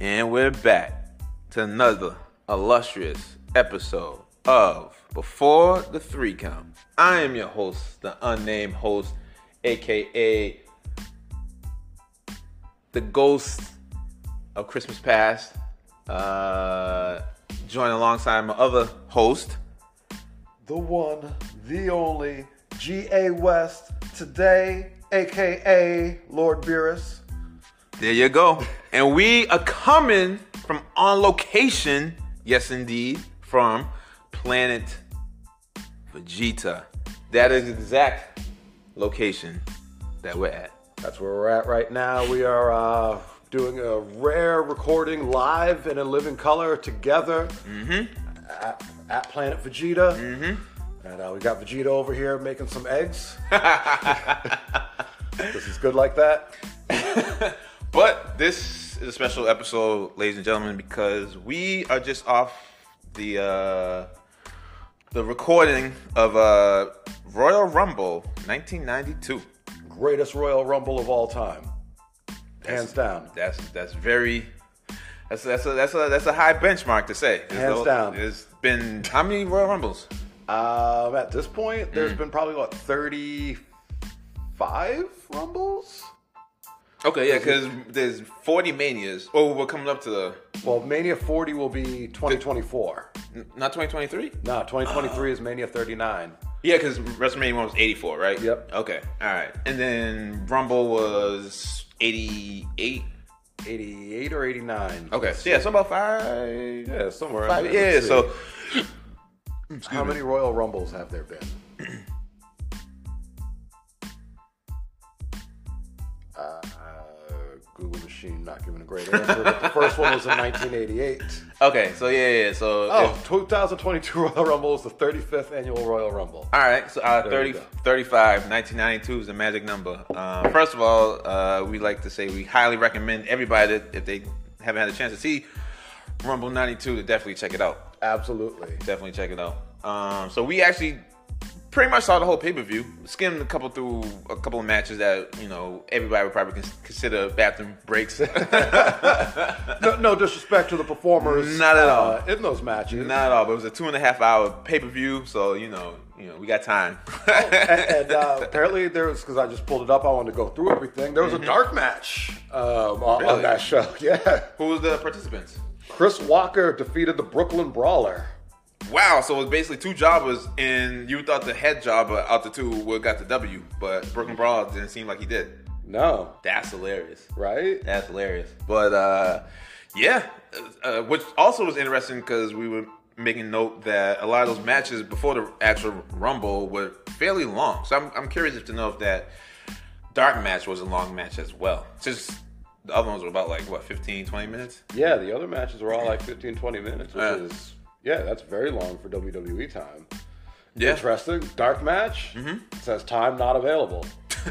And we're back to another illustrious episode of Before the Three Count. I am your host, the unnamed host, aka the ghost of Christmas past. Uh, joined alongside my other host. the one, the only G.A. West today, aka Lord Beerus. There you go. And we are coming from on location, yes indeed, from planet Vegeta. That is exact location that we're at. That's where we're at right now. We are uh, doing a rare recording live and in living color together at, at Planet Vegeta. And uh, we got Vegeta over here making some eggs. this is good like that. But this is a special episode, ladies and gentlemen, because we are just off the uh, the recording of uh, Royal Rumble 1992. Greatest Royal Rumble of all time. Hands down. That's that's very that's that's a, that's a that's a high benchmark to say. There's Hands down. There's been how many Royal Rumbles? Um, at this point, there's been probably what 35 rumbles. Okay, yeah, because there's 40 manias. Oh, we're coming up to the Well, Mania 40 will be 2024. n- not 2023. No, 2023 is Mania 39. Yeah, because WrestleMania one was 84, right? Yep. Okay, all right, and then Rumble was 88. 88 or 89. Okay, so yeah, so about five. Yeah, somewhere. five in there. yeah, Let's so see. how many Royal Rumbles have there been? uh, Google machine not giving a great answer. But the first one was in 1988. okay, so yeah, yeah, so if- Oh, 2022 Royal Rumble is the 35th annual Royal Rumble. All right, so uh, There you 30, go. 35, 1992 is the magic number. Um, first of all, uh, we like to say we highly recommend everybody that if they haven't had a chance to see Rumble 92 to definitely check it out. Absolutely. Definitely check it out. Um, so we actually pretty much saw the whole pay per view, skimmed a couple through a couple of matches that you know everybody would probably cons- consider bathroom breaks. No, no disrespect to the performers. Not at all. uh, in those matches. Not at all, but it was a two and a half hour pay per view, so you know, you know, we got time. Oh, and uh, apparently there was because I just pulled it up. I wanted to go through everything. There was a dark match um, on, Mm-hmm. Really? on that show. Yeah, Who was the participants? Chris Walker defeated the Brooklyn Brawler. Wow, so it was basically two jobbers, and you thought the head jobber out the two would got the W, but Brooklyn Brawl didn't seem like he did. No, That's hilarious. right? That's hilarious. But uh, yeah, uh, which also was interesting because we were making note that a lot of those matches before the actual Rumble were fairly long. So I'm, I'm curious to know if that dark match was a long match as well. Since the other ones were about like, what, 15, 20 minutes? Yeah, the other matches were all like 15, 20 minutes, which Yeah. is yeah, that's very long for WWE time. Yeah. Mm-hmm. Interesting dark match It says time not available. so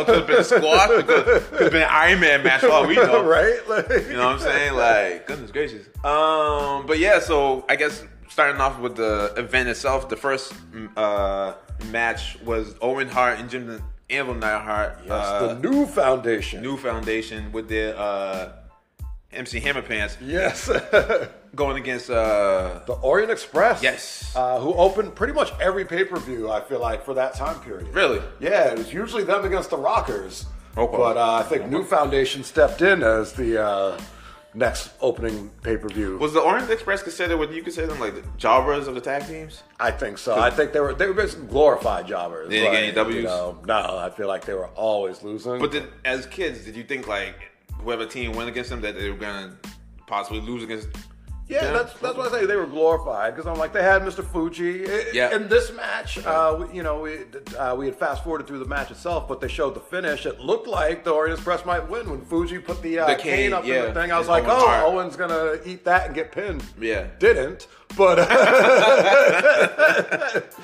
it could have been squash, it could have been an Iron Man match for all Oh, we know. right? Like- You know what I'm saying? Like, goodness gracious. Um, but yeah, so I guess starting off with the event itself, the first mm, uh, match was Owen Hart and Jim the Anvil Neidhart, That's uh, the new foundation. New Foundation with their uh, MC Hammer Pants yes, the going against. Uh, Orient Express. Yes. uh, who opened pretty much every pay per view. I feel like for that time period. really? Oh, Yeah, it was usually them against the Rockers. Okay. But uh, I think New Foundation stepped in as the uh, next opening pay per view. Was the Orange Express considered what you consider them like the jobbers of the tag teams? I think so. I think they were they were basically glorified jobbers. They didn't get any Ws? You know, no, I feel like they were always losing. But did, as kids, did you think like whoever team went against them that they were gonna possibly lose against? yeah, them? that's that's why I say they were glorified because I'm like they had Mr. Fuji I- Yeah. in this match. Uh, we, you know, we uh, we had fast forwarded through the match itself, but they showed the finish. It looked like the Orient Express might win when Fuji put the, uh, The cane, cane, up yeah, in the thing. I was and like, Owen oh, Hart. Owen's gonna eat that and get pinned. Yeah. didn't, but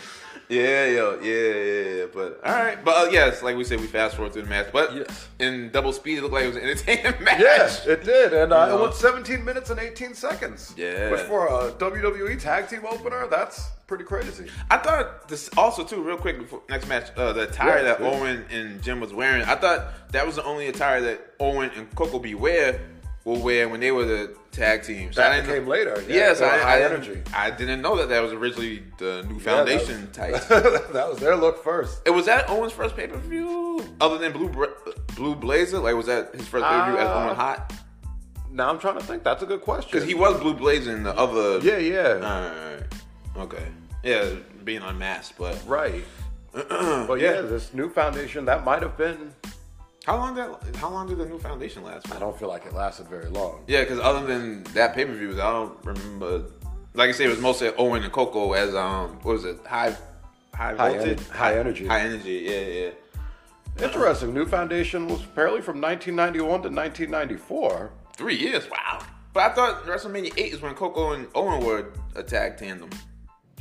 Yeah, yo, yeah, yeah, yeah. But all right, but uh, yes, like we said, we fast forward through the match. But Yes. in double speed, it looked like it was an entertaining match. yes, it did, and uh, know. it went 17 minutes and 18 seconds. Yeah. which for a WWE tag team opener, that's pretty crazy. I thought this also too, real quick. Before, next match, uh, the attire Yeah, that yeah. Owen and Jim was wearing, I thought that was the only attire that Owen and Coco B wear were where when they were the tag teams. That I didn't- came later, yeah, yes, they were I, high I energy. Didn't, I didn't know that that was originally the new Yeah, that foundation was- type. that was their look first. It was that Owen's first pay per view, other than Blue Bra- Blue Blazer. Like, was that his first pay per view as Uh, Owen Hot? Now I'm trying to think. That's a good question. Because he was Blue Blazer in the other. yeah, yeah, Alright. Okay. Yeah, being unmasked, but right. but yeah. yeah. this new foundation that might have been. how long that? How long did the new foundation last? I Man? don't feel like it lasted very long. Yeah, because other than that pay per view, I don't remember. Like I said, it was mostly Owen and Coco as um, what was it? High, high, High voltage, en- high energy. high energy. Yeah, yeah. Interesting. New foundation was apparently from 1991 to 1994. Three years. Wow. But I thought WrestleMania eight is when Coco and Owen were a tag tandem.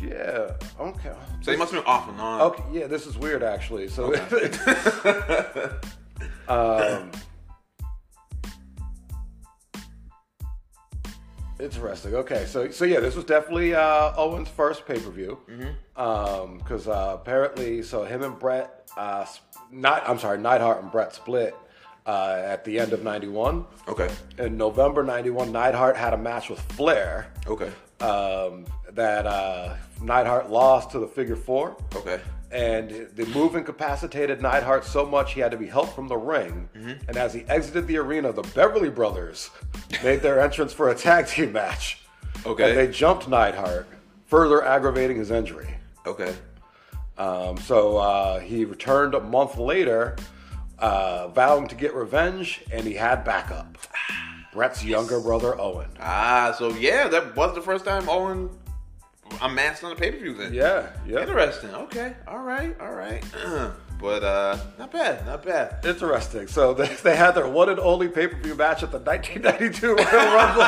Yeah. Okay. So they must have been off and on. Okay. Yeah, this is weird actually. So, um, interesting. Okay. So, so yeah, this was definitely uh, Owen's first pay per view. Because uh, apparently, so him and Brett, uh, sp- not I'm sorry, Neidhart and Brett split uh, at the end of '91. Okay. In November '91, Neidhart had a match with Flair. Okay. Um, that uh, Neidhart lost to the figure four. Okay. And the move incapacitated Neidhart so much he had to be helped from the ring. And as he exited the arena, the Beverly Brothers made their entrance for a tag team match. Okay. And they jumped Neidhart, further aggravating his injury. Okay. Um, so uh, he returned a month later, uh, vowing to get revenge, and he had backup Brett's younger brother, Owen. Ah, so yeah, that was the first time Owen amassed on the pay per view then. Yeah, yeah. Interesting. Okay. All right. All right. but uh not bad. Not bad. Interesting. So they, they had their one and only pay per view match at the 1992 Royal Rumble,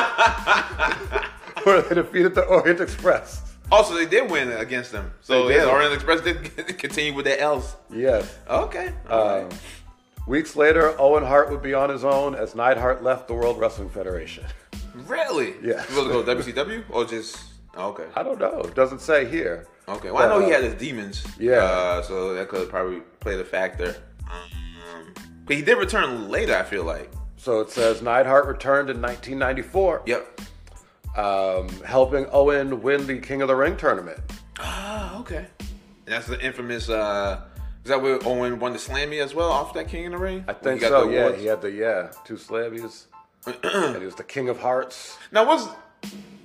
where they defeated the Orient Express. Also, they did win against them. So They did. yeah, Orient Express did continue with their L's. Yes. Okay. All right. Um, weeks later, Owen Hart would be on his own as Neidhart left the World Wrestling Federation. Really? yeah. You want to go WCW or just okay? I don't know. It doesn't say here. Okay. Well, I know Uh, he had his demons. yeah. Uh, so that could probably play the factor. Um, but he did return later. I feel like. So it says Neidhart returned in 1994, Yep. um, helping Owen win the King of the Ring tournament. Ah, okay. And that's the infamous. uh Is that where Owen won the Slammy as well off that King in the Ring? I When he think got so. the Yeah, awards? he had the yeah two slammies. and he was the King of Hearts. Now, was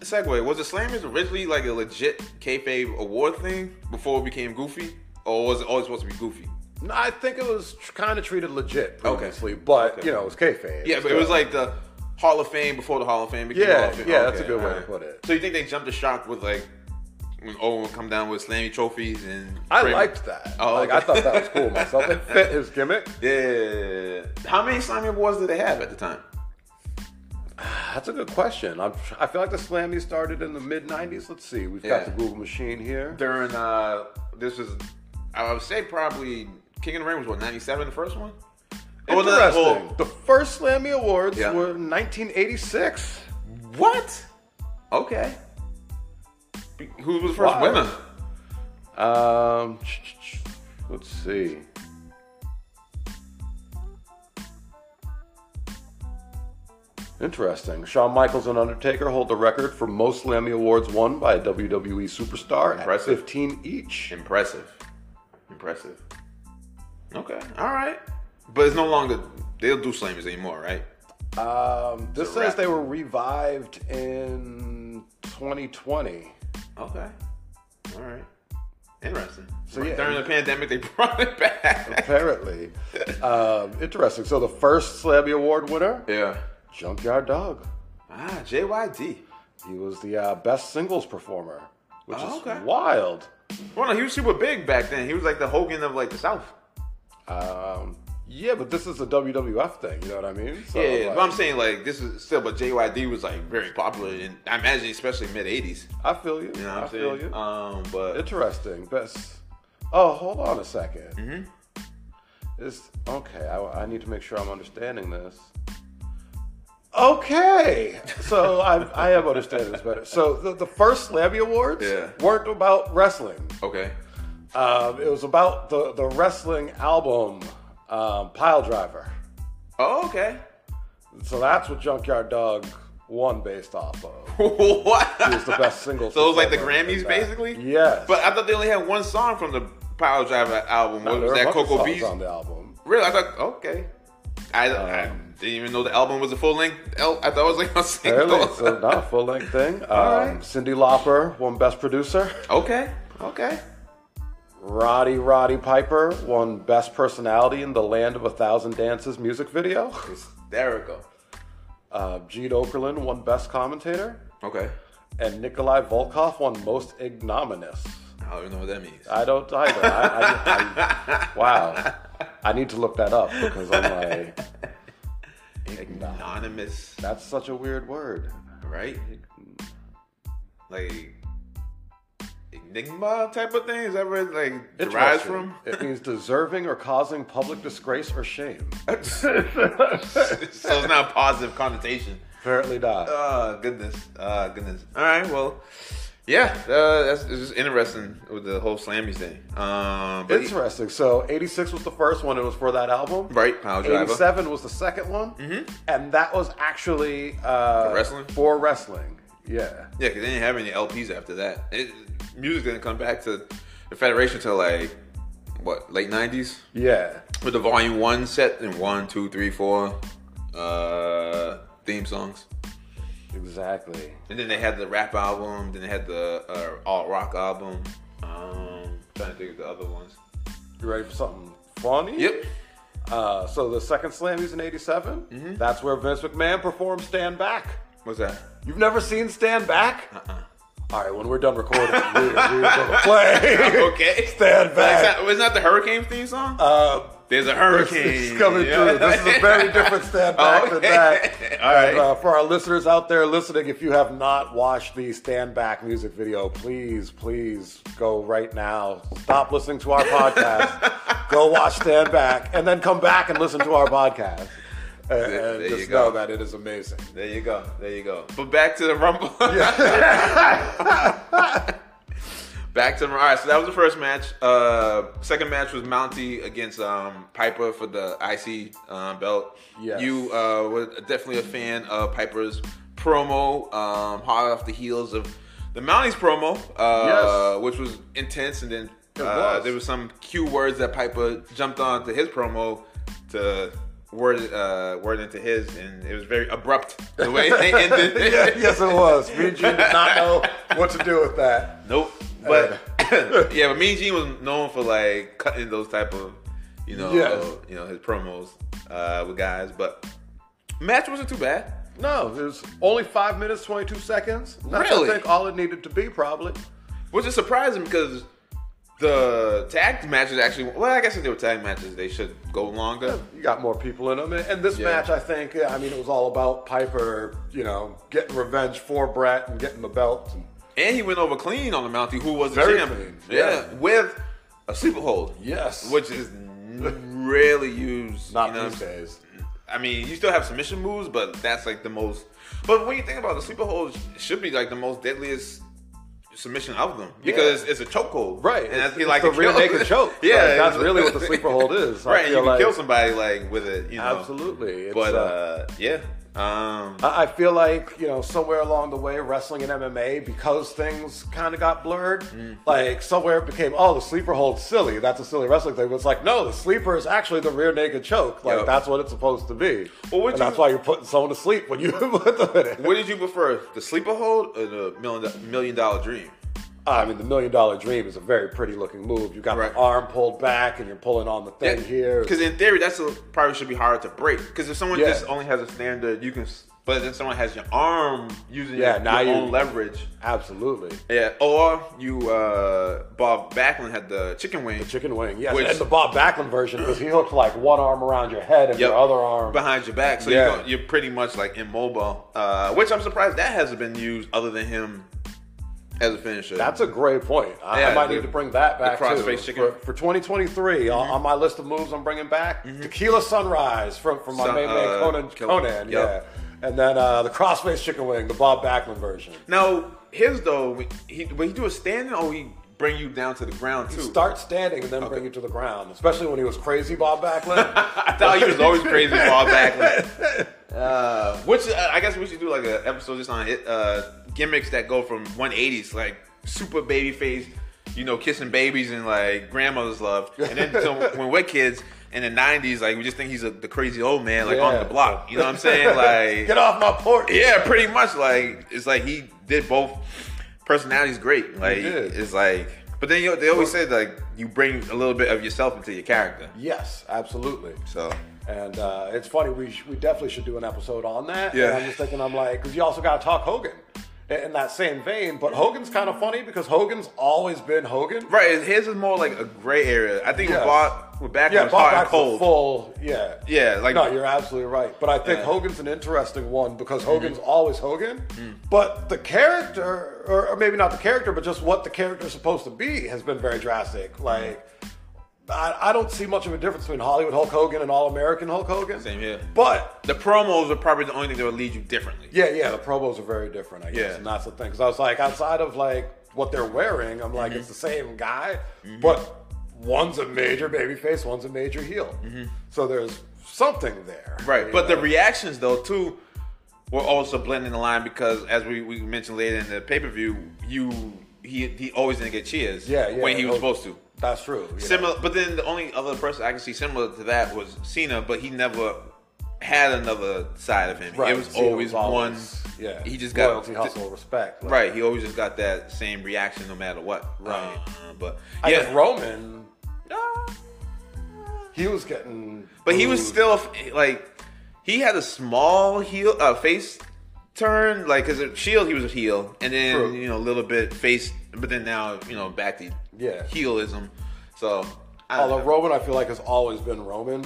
segue was the Slammys originally like a legit kayfabe award thing before it became goofy, or was it always supposed to be goofy? No, I think it was tr- kind of treated legit Okay. previously, but Okay. you know it was kayfabe. Yeah, but it was like the Hall of Fame before the Hall of Fame became Yeah, Hall of Fame. yeah, that's a good way to alright. put it. So you think they jumped the shark with like when Owen would come down with Slammy trophies and I Kramer- liked that. Oh, like okay. I thought that was cool myself. It fit his gimmick. Yeah. How many Slammy awards did they have at the time? That's a good question. I'm, I feel like the Slammy started in the mid '90s. Let's see. We've Yeah. got the Google machine here. during uh this is I would say probably King of the Ring was what 97 the first one? Or Oh, the- Interesting. or- the first Slammy Awards Yeah. were in 1986. what? Okay. Who was the first Wow. winner? Um, let's see. Interesting. Shawn Michaels and Undertaker hold the record for most Slammy Awards won by a WWE superstar Impressive. at 15 each. Um, Impressive. Impressive. Okay. All right. But it's no longer they'll do slammers anymore, right? Um, this It's a says wrap. they were revived in 2020. Okay. All right. Interesting. So, yeah. During the pandemic, they brought it back. Apparently. um, interesting. So the first Slammy Award winner, yeah. Junkyard Dog. Ah, JYD. He was the uh, best singles performer, which Oh, is okay. wild. Well, no, he was super big back then. He was like the Hogan of like the South. Um, yeah, but this is a WWF thing. You know what I mean? So, Yeah, yeah, like, but I'm saying like this is still, but JYD was like very popular, and I imagine especially mid '80s. I feel you. You know what I I'm feel saying? you. Um, but Interesting. Best. Oh, hold on a 2nd Mm-hmm. It's okay. I, I need to make sure I'm understanding this. Okay, so I, I am understanding this better. So the, the first Slammy Awards Yeah. weren't about wrestling. okay, Um, it was about the, the wrestling album um, Pile Driver. oh okay, So that's what Junkyard Dog won based off of. what? It was the best single. So it was like the performer in Grammys, that. basically. Yes. But I thought they only had one song from the Power Driver album. No, What there was were a that bunch of Coco songs Beast? on the album. Really? I thought okay. I, I Um, didn't even know the album was a full length. el- I thought it was like a single. Really? So not a full length thing. All Um, right. Cindy Lauper won Best Producer. okay. Okay. Roddy Roddy Piper won Best Personality in the Land of a Thousand Dances music video. Hysterical. Uh, Gene Okerlund won Best Commentator. Okay. And Nikolai Volkov won Most Ignominious. I don't even know what that means. I don't either. I, I, I, wow. I need to look that up because I'm like, Anonymous, that's such a weird word. right? Like enigma type of thing. Is that where it, like derives Interesting. from? it means deserving or causing public disgrace or shame. so it's not a positive connotation. Apparently not. Oh goodness. Oh goodness. All right. Well, yeah. Uh, that's it's just interesting with the whole Slammies thing. Um, but Interesting. So 86 was the first one. It was for that album. right, Power Driver. 87 was the second one. And that was actually uh, For wrestling? For wrestling. Yeah. Yeah, because they didn't have any LPs after that. It, music didn't come back to the Federation till like what late '90s Yeah. with the Volume One set and one, two, three, four uh, theme songs. Exactly. And then they had the rap album. Then they had the uh, all rock album. Um, trying to think of the other ones. You ready for something funny? Yep. Uh, so the second Slammy's in 87. Mm-hmm. That's where Vince McMahon performed Stand Back. What's that? You've never seen Stand Back? Uh-uh. All right, when we're done recording, we're, we're going to play. Okay. Stand Like, it's Back. not- Wasn't that the Hurricane theme song? Uh, There's a It's, hurricane. it's coming Yeah. through. This is a very different stand back than Okay. that. All right. And, uh, for our listeners out there listening, if you have not watched the stand back music video, please, please go right now. Stop listening to our podcast. go watch stand back, and then come back and listen to our podcast. And, There- and there you just go. know that it is amazing. There you go. There you go. But back to the Rumble. back to the All right, so that was the first match. Uh, second match was Mounty against um, Piper for the IC um, belt. Yes. You uh, were definitely a fan of Piper's promo, um, hot off the heels of the Mounties promo, uh, which was intense. And then uh, was. there was some cue words that Piper jumped on to his promo to word uh, word into his, and it was very abrupt the way they ended. Yeah, yes, it was. Me and Gene did not know what to do with that. Nope. But yeah, but Mean Gene was known for like cutting those type of, you know, Yeah. uh, you know his promos uh, with guys. But match wasn't too bad. No, it was only five minutes, 22 seconds. That's, Really? I think, all it needed to be, probably. Which is surprising because the tag matches actually. Well, I guess if they were tag matches, they should go longer. You got more people in them. And this Yeah. match, I think, yeah, I mean, it was all about Piper, you know, getting revenge for Brett and getting the belt. And And he went over clean on the Mountie, who was the Very champion. clean, Yeah. yeah. with a sleeper hold. Yes. which is n- rarely used. not you know, these days. I mean, you still have submission moves, but that's like the most. But when you think about it, the sleeper hold, should be like the most deadliest submission of them because it's a chokehold, Right. And I it's, feel it's like the it rear kills- naked choke. Yeah, Like, that's it's- really what the sleeper hold is. I right, you feel can like- kill somebody like with it, you know. Absolutely. It's, But uh, uh, yeah, um, I I feel like, you know, somewhere along the way, wrestling and MMA, because things kind of got blurred, Mm. like somewhere it became, oh, the sleeper holds silly. That's a silly wrestling thing. But it's like, no, the sleeper is actually the rear naked choke. Like, Yep. that's what it's supposed to be. Well, would and you- that's why you're putting someone to sleep when you put them in it. what did you prefer, the sleeper hold or the million million dollar dream? I mean, the million dollar dream is a very pretty looking move. You got Right. the arm pulled back and you're pulling on the thing here. Because in theory, that's a, probably should be harder to break. Because if someone Yeah. just only has a standard, you can. s- But then someone has your arm using Yeah, your, now your you- own leverage. Absolutely. Yeah. Or you, uh, Bob Backlund had the chicken wing. The chicken wing, yes. Which- and the Bob Backlund version, because he hooked like one arm around your head and Yep. your other arm. behind your back, so Yeah. you're, go- you're pretty much like immobile. Uh, which I'm surprised that hasn't been used other than him as a finisher. That's a great point. I, I Yeah, might the- need to bring that back the too. crossface chicken. Mm-hmm. For, for 2023, on, on my list of moves I'm bringing back, Tequila Sunrise from, from my Sun- main man uh, Conan, Kel- yep. Conan yeah. And then uh, the crossface chicken wing, the Bob Backlund version. now his though. He when he do a standing, or he bring you down to the ground too. Start standing and then bring you to the ground, especially when he was crazy Bob Backlund. I thought he was always crazy Bob Backlund. Uh, which uh, I guess we should do like an episode just on it, uh, gimmicks that go from 180s, like super baby face, you know, kissing babies and like grandmother's love, and then to when we're kids in the 90s, like we just think he's a, the crazy old man, like on Yeah. the block. You know what I'm saying? Like, Get off my porch. yeah, pretty much. Like it's like he did both personalities great. Like did. it's like, but then you, they always say like you bring a little bit of yourself into your character. Yes, absolutely. So And uh, it's funny. We sh- we definitely should do an episode on that. Yeah. And I'm just thinking. I'm like, because you also got to talk Hogan in in that same vein. But Hogan's kind of funny because Hogan's always been Hogan. right, his is more like a gray area. I think Yeah. with Bob, with back Yeah, was hot Bob and Backlund's cold. full. Yeah. Yeah, like No, you're absolutely right. But I think Yeah. Mm-hmm. Hogan's an interesting one because Hogan's always Hogan. Mm. But the character, or, or maybe not the character, but just what the character's supposed to be has been very drastic. Mm-hmm. Like, I, I don't see much of a difference between Hollywood Hulk Hogan and All American Hulk Hogan. Same here. But, the promos are probably the only thing that would lead you differently. yeah, yeah, the promos are very different, I guess. Yeah. And that's the thing. Because I was like, outside of like what they're wearing, I'm like, Mm-hmm. it's the same guy, but one's a major babyface, one's a major heel. So there's something there. Mm-hmm. Right, you but the know? reactions though too were also blending the line because as we, we mentioned later in the pay per view, you he he always didn't get cheers. Yeah, yeah, oh. when he was no- supposed to. That's true. you know. Similar, but then the only other person I can see similar to that was Cena, but he never had another side of him. Right, It was Cena always, always- one. Yeah. he just got loyalty, hustle, respect. like- Right, he always just got that same reaction no matter what. Right. Uh, but I yeah, guess Roman, Ah. he was getting. But he was booed. still like he had a small heel uh, face turn like because Shield he was a heel and then True. you know a little bit face but then now you know back to Yeah. heelism. So I don't Although know. Roman, I feel like has always been Roman.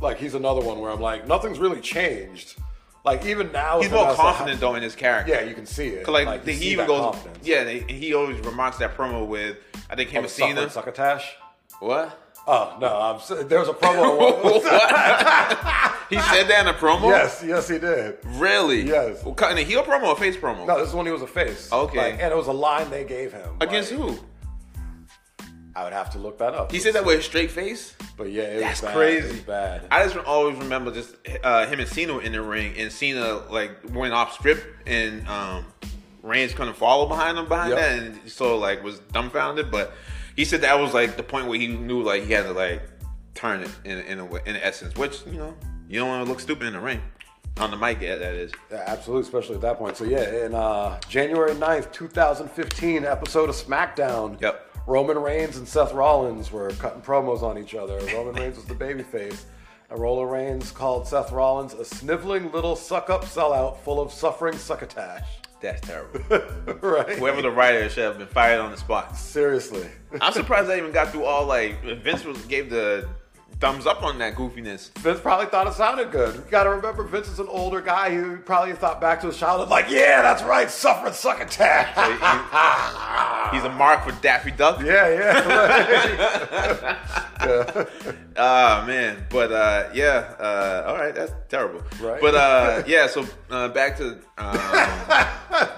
Like he's another one where I'm like, nothing's really changed. Like even now, he's it's about more to ha- confident though in his character. Yeah, you can see it. 'Cause, Like, you the, see he even that goes, confidence. yeah, they, and he always remarks that promo with, I think him Oh, and the Cena. suffering succotash. What? Oh no, I'm, s- there was a promo. He said that in a promo. yes, yes, he did. Really? Yes. Well, in a heel promo or face promo? No, this is when he was a face. Okay. Like, and it was a line they gave him. Against like, who? I would have to look that up. He said that with a straight face. But yeah, it That's was bad. crazy. It was bad. I just always remember just uh, him and Cena in the ring, and Cena like went off script, and um, Reigns couldn't follow behind him behind Yep. that, and so like was dumbfounded. But he said that was like the point where he knew like he had to like turn it in in, a, way- in essence, which you know you don't want to look stupid in the ring on the mic. Yeah, that is. Yeah, absolutely, especially at that point. So yeah, in uh, January 9th, 2015, episode of SmackDown. Yep. Roman Reigns and Seth Rollins were cutting promos on each other. Roman Reigns was the babyface. And Roller Reigns called Seth Rollins a sniveling little suck-up sellout full of suffering succotash. That's terrible. right? Whoever the writer should have been fired on the spot. Seriously. I'm surprised I even got through all like Vince was, gave the thumbs up on that goofiness. Vince probably thought it sounded good. You gotta remember, Vince is an older guy who probably thought back to his childhood, like, yeah, that's right, suffering succotash. He's a mark for Daffy Duck. yeah, yeah. Ah man, but uh, yeah, uh, all right, that's terrible. Right. But uh, yeah, so uh, back to um,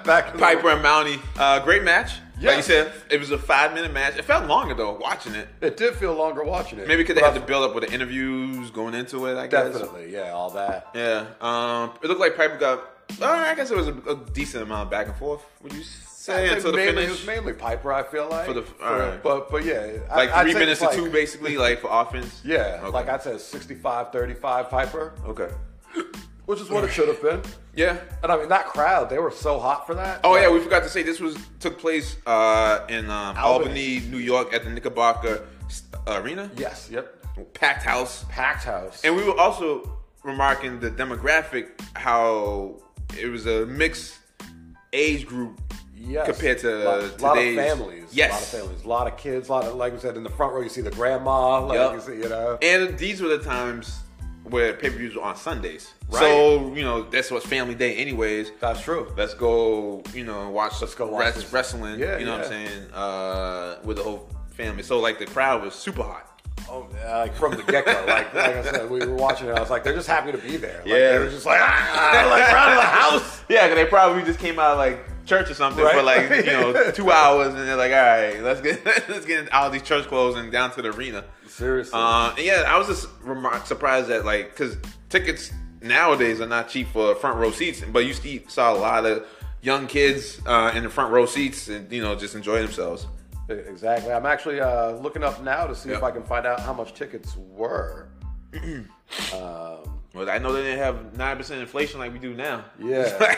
back to the- Piper and Mounty. Uh, great match. Like you Yes. said, it was a five minute match. It felt longer though watching it. It did feel longer watching it. Maybe because they But had to build up with the interviews going into it. I guess. Definitely, yeah, all that. Yeah. Um, it looked like Piper got. Uh, I guess it was a, a decent amount of back and forth. Would you say I'd say until the mainly, finish? It was mainly Piper, I feel like. For the- alright. But, but yeah. I- like I'd three say minutes it's to two, like- basically, like for offense. Yeah, Okay. like I'd say it's 65 35 Piper, okay. which is what it should have been. Yeah. And I mean, that crowd, they were so hot for that. Oh yeah, we forgot to say this was took place uh, in um, Albany, Albany. New York, at the Knickerbocker uh, Arena, Yes, yep. packed house. Packed house. And we were also remarking the demographic, how it was a mixed age group Yes. compared to lot, lot of today's families. Yes, A lot of families. A lot of kids. lot of, like we said, in the front row, you see the grandma. Like Yep. you see, you know. And these were the times where pay per views were on Sundays, Right. so you know that's what's family day, anyways. That's true. let's go, you know, watch let's go watch this. wrestling. Yeah, you know what I'm yeah. saying? Uh, with the whole family. So like the crowd was super hot. Oh, yeah, like from the get go. Like, like I said, we were watching it. I was like, they're just happy to be there. Like, Yeah. They were just like, ah, like out of the house. Yeah, 'cause they probably just came out of like church or something for Right. like you know two hours, and they're like, all right, let's get let's get out of these church clothes and down to the arena. Seriously. Uh, and yeah, I was just remar- surprised that like because tickets nowadays are not cheap for front row seats, but you see, saw a lot of young kids uh, in the front row seats and you know just enjoying themselves. E-, Exactly. I'm actually uh, looking up now to see if Yeah. I can find out how much tickets were. Well, I know they didn't have nine percent inflation like we do now. Yeah,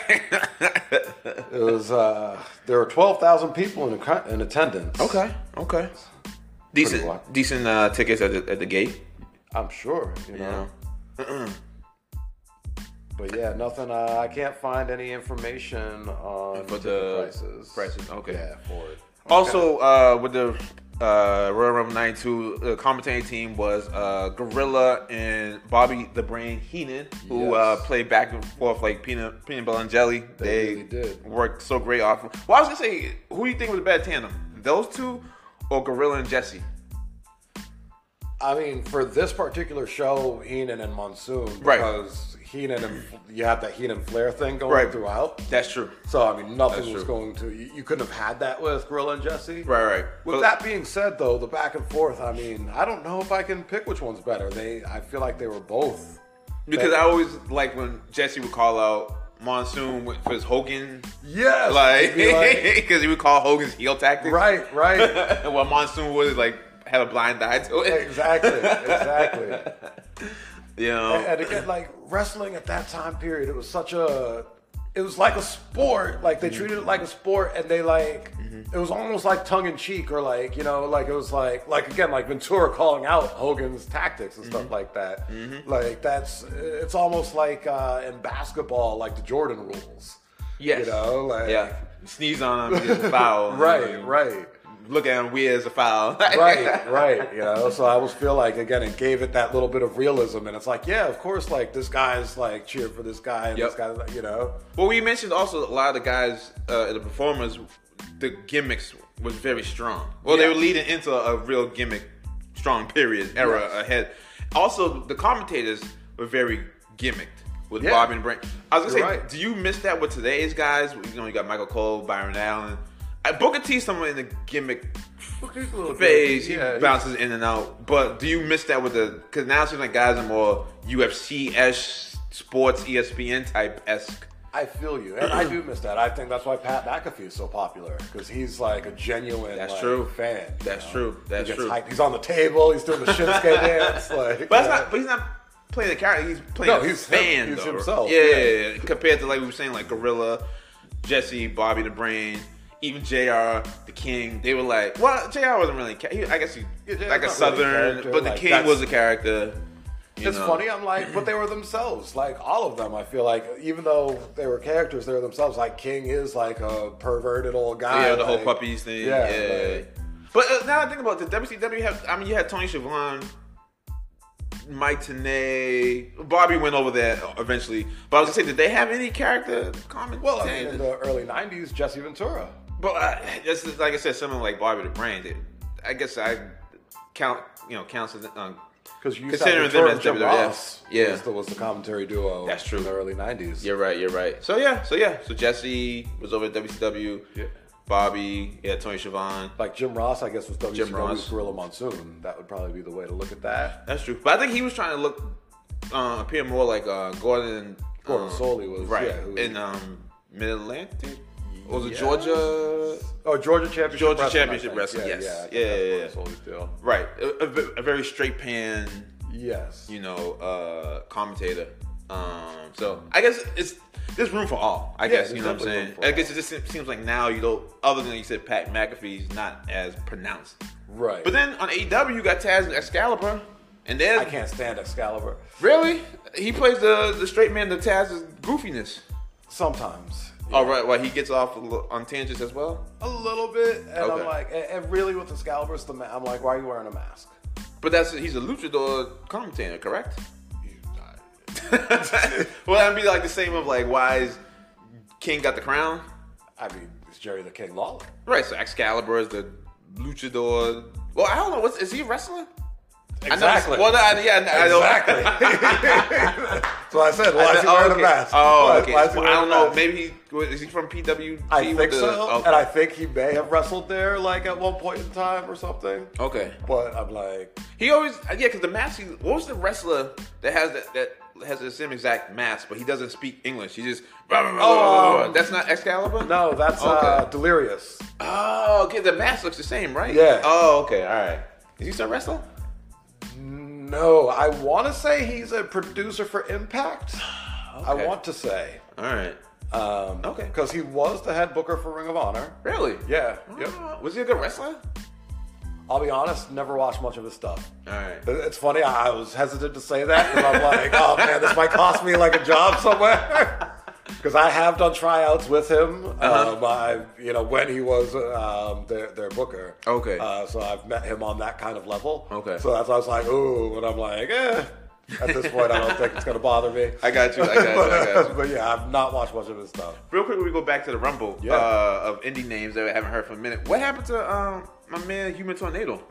it was. Uh, there were 12,000 people in, acc- in attendance. okay, okay. Pretty Decent, wild. decent uh, tickets at the, at the gate. I'm sure. You know. You know. But yeah, nothing. Uh, I can't find any information on For ticket the prices. prices, okay. Yeah, for it. Also, uh, with the uh, Royal Rumble 92, the commentating team was uh, Gorilla and Bobby the Brain Heenan, who Yes. uh, played back and forth like peanut, peanut butter and jelly. They, really did. worked so great off. Well, I was going to say, who do you think was a bad tandem? Those two or Gorilla and Jesse? I mean, for this particular show, Heenan and Monsoon, Right. because Heenan and you have that Heenan Flair thing going Right. throughout. That's true. So I mean, nothing That's was true. going to. You, you couldn't have had that with Gorilla and Jesse. Right, right. With But- that being said, though, the back and forth. I mean, I don't know if I can pick which one's better. They, I feel like they were both. Because I always like when Jesse would call out Monsoon with- for his Hogan. Yes, Like, it'd be like- because he would call Hogan's heel tactics. right, right, well, Monsoon would like had a blind eye to it. exactly, exactly. You And, know, and again, like wrestling at that time period, it was such a, it was like a sport. Like Mm-hmm. they treated it like a sport, and they like, it was almost like tongue in cheek, or like you know, like it was like, like again, like Ventura calling out Hogan's tactics and Mm-hmm. stuff like that. Like that's, it's almost like uh, in basketball, like the Jordan rules. yes, You know, like yeah, sneeze on him, it's a foul. right, And right. Look at him weird as a foul. right, right. You know, so I always feel like again it gave it that little bit of realism, and it's like, yeah, of course, like this guy's like cheered for this guy, and this Yep. guy, you know, Well, we mentioned also a lot of the guys, uh, the performers, the gimmicks was very strong. Well, they Yeah. were leading into a real gimmick, strong period era ahead. Also, the commentators were very gimmicked with Yeah. Bob and Brent. I was gonna You're say, right. do you miss that with today's guys? You know, you got Michael Cole, Byron Allen, I, Booker T, someone in the gimmick phase. He bounces in and out. But do you miss that with the? Because now it seems like guys are more UFC esque, sports E ESPN type esque. I feel you, and I do miss that. I think that's why Pat McAfee is so popular because he's like a genuine, That's like, true. fan. you That's know? true. That's he gets true. hyped. He's on the table. He's doing the Shinsuke dance. But Like, that's not. But he's not playing the character. He's playing No, the he's him- fan. he's though. himself, Yeah, yeah. yeah, yeah. Compared to like we were saying, like Gorilla, Jesse, Bobby the Brain, even Jr. the King. They were like, well, Jr. wasn't really. a cha- He, I guess he Yeah, J.R. like a was not really a Southern, character, but the like, King that's- was a character. you It's know. funny. I'm like, but they were themselves. Like all of them. I feel like even though they were characters, they were themselves. Like King is like a perverted old guy. Yeah, the whole like- puppies thing. Yeah. yeah, like- but uh, now I think about it, the WCW. Have, I mean, you had Tony Schiavone, Mike Tenay, Bobby went over there eventually. But I was gonna say, did they have any character common? Well, I mean, in the early '90s, Jesse Ventura. But uh, this is like I said, something like Bobby the Brain. That I guess I count, you know, counts as um, Because you Considering said Ventura them and as Jim WWF. Ross Yeah. was the, was the commentary duo. That's true. In the early '90s. You're right. You're right. So yeah. So yeah. So Jesse was over at WCW. Yeah. Bobby. Yeah. Tony Schiavone. Like Jim Ross, I guess was Jim WCW's Ross. Gorilla Monsoon. That would probably be the way to look at that. That's true. But I think he was trying to look uh, appear more like uh, Gordon. Gordon um, Soley was right Yeah, who- in um, Mid Atlantic. Was it Yes. Georgia? Oh, Georgia Championship. Georgia Wrestling, I Championship think. Wrestling, Yeah, yes. yeah, I think Yeah, yeah, that's Gordon yeah. Soley's deal. Right. A, a- a very straight pan. Yes. you know, uh, commentator. Um, so I guess it's there's room for all. I Yeah, guess there's you know what I'm definitely saying. room for I guess all. it just se- seems like now you know, other than you said Pat McAfee's not as pronounced. right. But then on AEW you got Taz and Excalibur, and I then can't stand Excalibur. really he plays the the straight man to Taz's goofiness. Sometimes. All right, well he gets off a little- on tangents as well. A little bit, and Okay. I'm like, and, and really with Excalibur, it's the ma- I'm like, why are you wearing a mask? But that's he's a luchador commentator, correct? well, that'd be like the same of like why is King got the crown? I mean, it's Jerry the King Lawler. Right, so Excalibur is the luchador. Well, I don't know. What's, is he wrestling? I know- well, no, I, yeah, I know- I know. exactly. So I said, why I is said, he oh, wearing okay. a mask? Oh, Why- okay. why is he Well, I wearing don't a know. mask? Maybe he, is he from PWT? I with think the- oh. so, okay. and I think he may have wrestled there, like at one point in time or something. okay. But I'm like, He always uh, yeah, because the mask. He, what was the wrestler that has that that has the same exact mask, but he doesn't speak English. He just blah, blah, blah, blah, blah, blah. um, that's not Excalibur. no, that's uh, Okay. delirious. Oh, okay. The mask looks the same, right? Yeah. Oh, okay. All right. Is he still wrestling? No, I want to say he's a producer for Impact. I Okay. want to say. All right. Um, Okay. Because he was the head booker for Ring of Honor. Really? Yeah. Yep. Oh, Was he a good wrestler? I'll be honest, never watched much of his stuff. All right. It- It's funny, I I was hesitant to say that because I'm like, oh man, this might cost me like a job somewhere. Because I have done tryouts with him, Uh-huh. um, I, you know, when he was um, their, their booker. Okay. Uh, so I've met him on that kind of level. Okay. So that's why I was like, ooh, and I'm like, eh. At this point, I don't think it's going to bother me. I got you. I got you. I got you. but, but yeah, I've not watched much of his stuff. Real quick, we go back to the Rumble Yeah. uh, of indie names that we haven't heard for a minute. What happened to um, my man Human Tornado?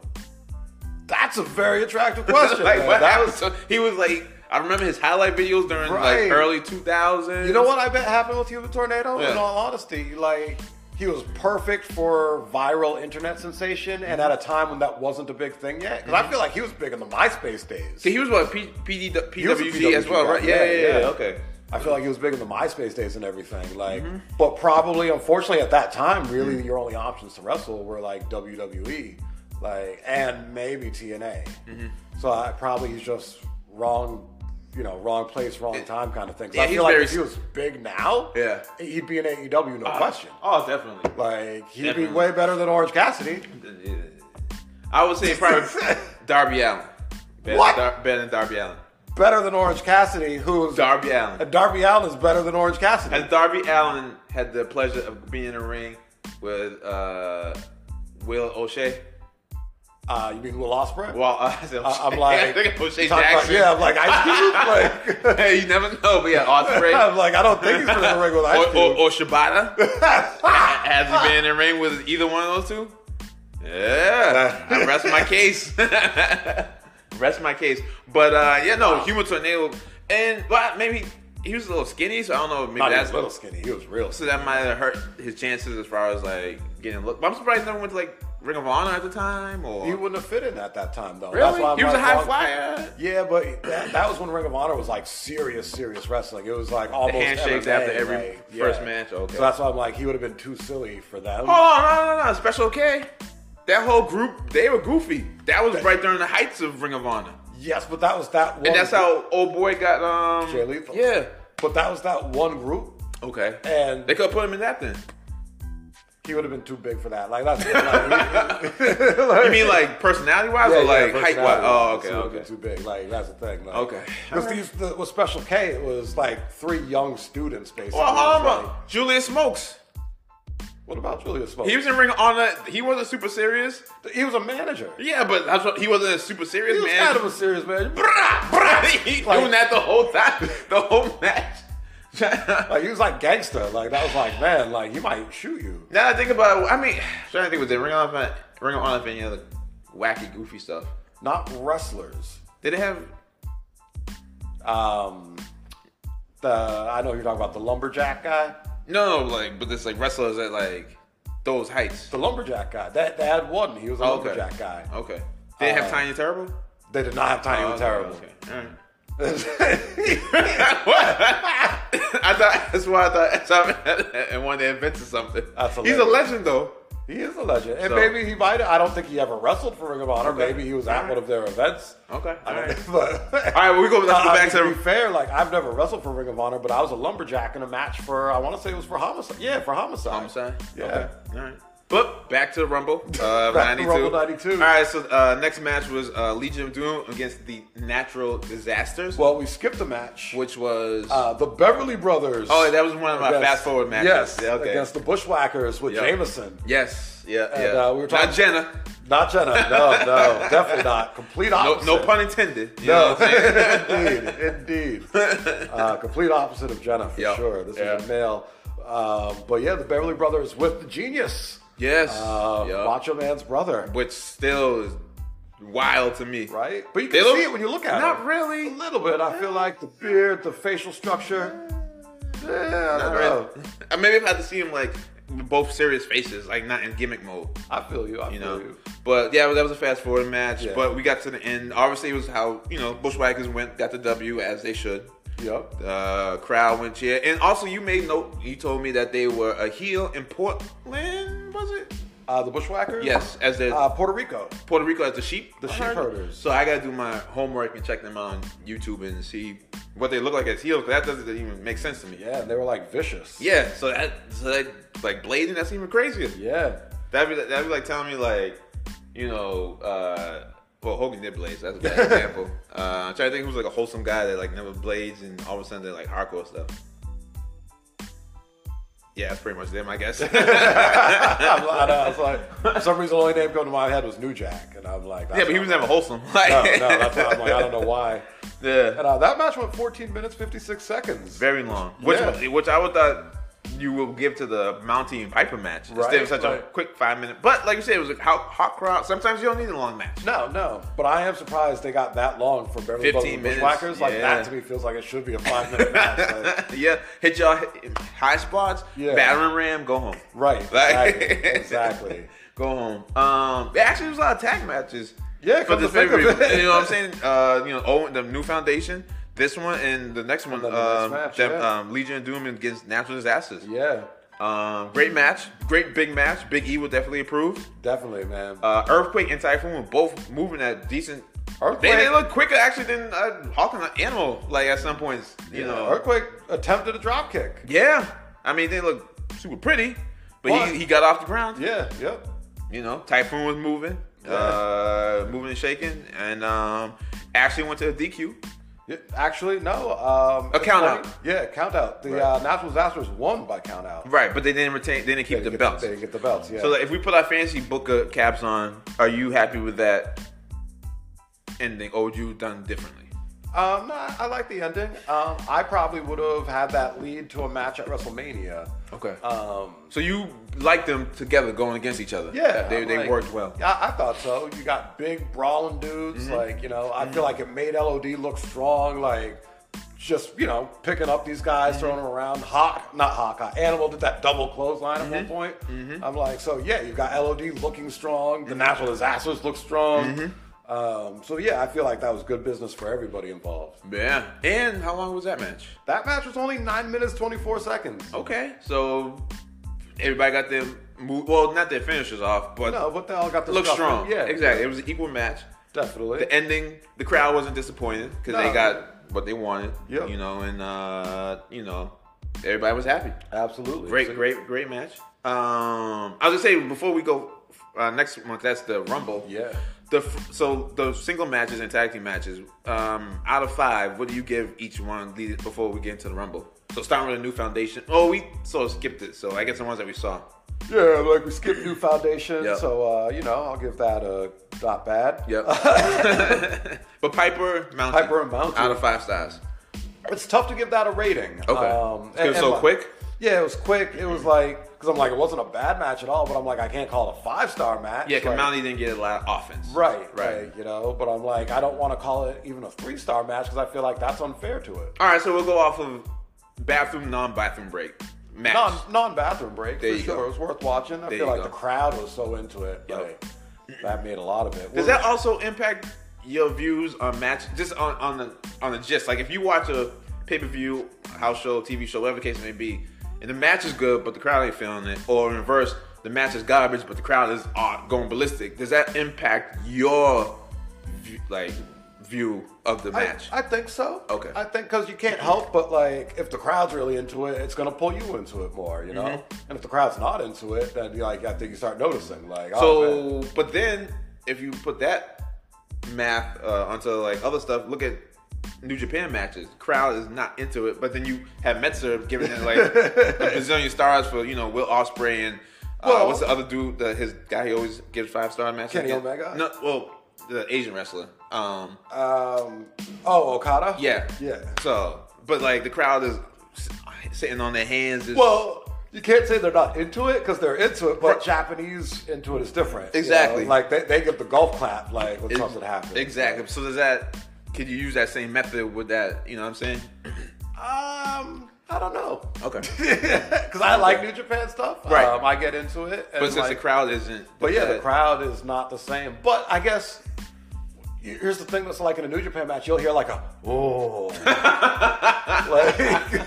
That's a very attractive question. like, man. what That happened? was- to- he was like, I remember his highlight videos during Right. like early 2000s. You know what I bet happened with Human Tornado? In Yeah. all honesty, like he was perfect for viral internet sensation, and at a time when that wasn't a big thing yet. Because I feel like he was big in the MySpace days. Mm-hmm. See, he was what P- PD He was a PWG as PWG well, guy. right? Yeah, yeah, yeah. yeah. Okay. I feel like he was big in the MySpace days and everything. Like, but probably, unfortunately, at that time, really Mm-hmm. your only options to wrestle were like WWE, like, and maybe TNA. Mm-hmm. So I probably he's just wrong, you know, wrong place, wrong time kind of thing. So Yeah, I he's feel like very if he was big now, Yeah. he'd be in AEW, no question. Oh, definitely. Like he'd be Definitely. way better than Orange Cassidy. I would say probably Darby Allen. Better, What? Than Dar- better than Darby Allen. Better than Orange Cassidy, who's Darby Allen. and Darby Allen is better than Orange Cassidy. Has Darby Allen had the pleasure of being in a ring with uh, Will O'Shea? uh, you mean Will Ospreay? Well, uh, I said I- O'Shea. I'm like, I think it's O'Shea talk about- Jackson. yeah, I'm like Ice Cube. Like, hey, you never know, but yeah, Osprey I'm like, I don't think he's been in the ring with Ice or, or, Cube. or Shibata. Has he been in the ring with either one of those two? Yeah, I rest my case. rest my case. But uh, yeah, no, human tornado, and well, maybe he was a little skinny, so I don't know. Maybe Not that's even little skinny. He was real. So that might have hurt his chances as far as like getting looked. But I'm surprised he never went to like Ring of Honor at the time or He wouldn't have fit in at that time though. really. That's why I'm he was a like, high well, flyer. Yeah, but that, that was when Ring of Honor was like serious, serious wrestling. It was like almost handshakes MMA, after every like, first match, okay. So that's why I'm like, he would have been too silly for them. Oh no no no! Special K, that whole group they were goofy. That was right during the heights of Ring of Honor, Yes, but that was that one. and that's how old boy got um. Jay Lethal. Yeah. But that was that one group, Okay. and They could put him in that then. he would have been too big for that. Like that's like, You mean like personality wise or like height wise? Oh okay Too, okay. too big. Like that's the thing. Like, Okay. Because these the, with Special K, it was like three young students basically. Well, hold on, Like, Julius Smokes. what about Julius Smoke? He was in Ring of Honor. He wasn't super serious. he was a manager. Yeah, but that's what, he wasn't a super serious He was man. kind of a serious manager. brah, brah. He Like- doing that the whole time, the whole match. now Like he was like gangster. Like that was like man. Like he might shoot you. that I think about, it, I mean, I'm trying to think, was it Ring of Honor, Ring of Honor if any other wacky, goofy stuff? Not wrestlers. Did it have? Um, the I know you're talking about the lumberjack guy. No, like, but this like wrestlers at like those heights. The lumberjack guy. That they had one. He was a Oh, okay. lumberjack guy. Okay. They didn't have Uh, Tiny Terrible. They did not have Tiny Oh, and Terrible. Okay. okay. All right. I thought that's why I thought that's how- and when they invented something. That's He's a hilarious. legend though. he is a legend, and So- maybe he might. I don't think he ever wrestled for Ring of Honor. Okay. Maybe he was at Alright. one of their events. Okay. I All don't right. know, but. All right, well, we go, let's go Uh, back to be to fair, like I've never wrestled for Ring of Honor, but I was a lumberjack in a match for I want to say it was for homicide. Yeah, for homicide. Homicide. Yeah. All right. But back to the Rumble. Uh, Back 92. to Rumble 92. All right. So uh, next match was uh, Legion of Doom against the Natural Disasters, Well, we skipped a match. which was Uh, the Beverly Brothers. oh, that was one of my against- fast forward matches. Yes, Yeah, okay. against the Bushwhackers with Yep. Jameson. yes. Yeah. And, yeah. uh, we were Not talking- Jenna. Not Jenna. No, no, definitely not. Complete No, opposite. no pun intended. You know No, what I'm saying? indeed, indeed. Uh, complete opposite of Jenna for Yeah. sure. This Yeah. is a male. Um, but yeah, the Beverly Brothers with the genius. yes. Uh, Yeah. Macho Man's brother. Which still is wild to me. right? But you They can look- see it when you look at Not it. really. A little bit. I feel like the beard, the facial structure. Yeah, I Not don't know. really. Uh, Maybe if I had to see him like with both serious faces, like not in gimmick mode, I feel you. I you feel know. you. But yeah, that was a fast forward match. Yeah. But we got to the end. Obviously, it was how you know Bushwhackers went, got the W as they should. Yep. The crowd went cheer, and also you made note. You told me that they were a heel in Portland, was it? Uh, the Bushwhackers? Yes, as the Uh, Puerto Rico. Puerto Rico as the sheep, the sheep herders. So I gotta do my homework and check them out on YouTube and see what they look like as heels. Cause that doesn't even make sense to me. Yeah, and they were like vicious. Yeah, so that so that like blading, that's even crazier. Yeah. That'd be that'd be like telling me like, you know, uh well Hogan did blades, that's a bad example. Uh I'm trying to think who's like a wholesome guy that like never blades and all of a sudden they're like hardcore stuff. Yeah, that's pretty much them, I guess. I'm, I know, I was like, for some reason, the only name going to my head was New Jack. And I'm like, yeah, but he was never wholesome. Like, No, no, that's why I'm like, I don't know why. Yeah. And uh, that match went 14 minutes, 56 seconds. very long. Which Yeah. which I would thought you would give to the Mountie and Piper match instead Right, of such a right. quick five minute. But like you said, it was a hot, hot crowd. Sometimes you don't need a long match. No, no. But I am surprised they got that long for Beverly 15 Hills minutes, Bushwhackers. Like, yeah. that to me feels like it should be a five minute match. Like, yeah, hit y'all hit- high spots, Yeah. battering ram, go home. right. Like- Exactly. exactly. Go home. Um, yeah, actually, it was a lot of tag matches. Yeah, for come this to think of pay-per-view. it. you know what I'm saying? Uh, you know, Owen, the new foundation, this one and the next one, then the next um, match, them- yeah. um, Legion of Doom against Natural Disasters. Yeah, Um, great match, great big match. Big E will definitely approve. definitely, man. Uh, Earthquake and Typhoon were both moving at decent. They, Earthquake. they look quicker actually than uh, Hawk and Animal. Like at some points, you Yeah, know. Earthquake attempted a drop kick. Yeah, I mean they look super pretty, but But- he, he got off the ground. Yeah, yep. You know, Typhoon was moving, uh, moving and shaking, and um, Ashley went to a DQ. Yeah, Actually, no. Um, A count out. Yeah, count out. The Right. uh, natural disasters won by count out. Right, but they didn't retain. They didn't keep They didn't the get belts. They didn't get the belts. Yeah. So like, if we put our fancy book of caps on, are you happy with that ending? Or would you have done differently? um, no, I I like the ending. Um, I probably would have had that lead to a match at WrestleMania. Okay. Um, Uh, So you like them together going against each other? Yeah, they, I'm they like- worked well. Mm-hmm. I, I thought so. You got big brawling dudes, like you know. I feel like it made LOD look strong, like just you know picking up these guys, throwing Mm-hmm. them around. Hawk, not Hawk, uh, Animal did that double clothesline at Mm-hmm. one point. I'm like, so yeah, you got LOD looking strong. Mm-hmm. The natural disasters look strong. Um, so yeah, I feel like that was good business for everybody involved. Yeah. And how long was that match? That match was only nine minutes twenty four seconds. Okay. So everybody got their move. Well, not their finishes off, but No, what the hell got the looked stuff in? strong. Yeah, Exactly. It was an equal match. Definitely. The ending, the crowd wasn't disappointed because they No. got what they wanted. Yep. You know, and uh, you know, everybody was happy. Absolutely. Great, So- great, great match. Um, I was gonna say before we go uh, next month, that's the Rumble. Yeah. The f- so the single matches and tag team matches. Um, out of five, what do you give each one lead- before we get into the Rumble? So starting with a new foundation. Oh, we sort of skipped it. So I guess the ones that we saw. Yeah, like we skipped New Foundation, Yeah. so uh, you know I'll give that a not bad. Yep. but Piper Mountain. Piper and Mountain. Out of five stars. It's tough to give that a rating. Okay. um, It's 'cause it's so like- quick? Yeah, it was quick. It was like because I'm like it wasn't a bad match at all, but I'm like I can't call it a five star match. Yeah, because like, Mounty didn't get a lot of offense. Right, Right. right, you know, but I'm like I don't want to call it even a three star match because I feel like that's unfair to it. All right, so we'll go off of bathroom, non-bathroom break match. Non non bathroom break There for you sure. go. It was worth watching. I There feel you like go. the crowd was so into it. Yep. Like, that made a lot of it. Does that also impact your views on match just on, on the on the gist? Like if you watch a pay per view, house show, TV show, whatever the case may be, and the match is good but the crowd ain't feeling it, or in reverse, the match is garbage but the crowd is uh, going ballistic. Does that impact your view, like view of the I- match? I, think so. Okay. I think because you can't help but like if the crowd's really into it, it's gonna pull you into it more, you know. Mm-hmm. And if the crowd's not into it, then you like I think you start noticing like oh, man. so, but then if you put that math uh, onto like other stuff, look at. New Japan matches, crowd is not into it, but then you have Metzer giving it like a bazillion stars for you know Will Ospreay and uh, Well- what's the other dude, the, his guy he always gives five star matches. Kenny against? Omega? No, well the Asian wrestler. Um, um oh Okada yeah, yeah. So, but like the crowd is s- sitting on their hands. Just, Well, you can't say they're not into it because they're into it, but Right. Japanese into it is different. you know? Exactly. Like they, they give the golf clap like when It- something happens. Exactly. So does that? Could you use that same method with that? You know what I'm saying? Um, I don't know. Okay. Because I like New Japan stuff. Right. Um, I get into it. and, But since the like- crowd isn't. But yeah, the that- crowd is not the same. But I guess here's the thing that's like in a New Japan match, you'll hear like a oh, like,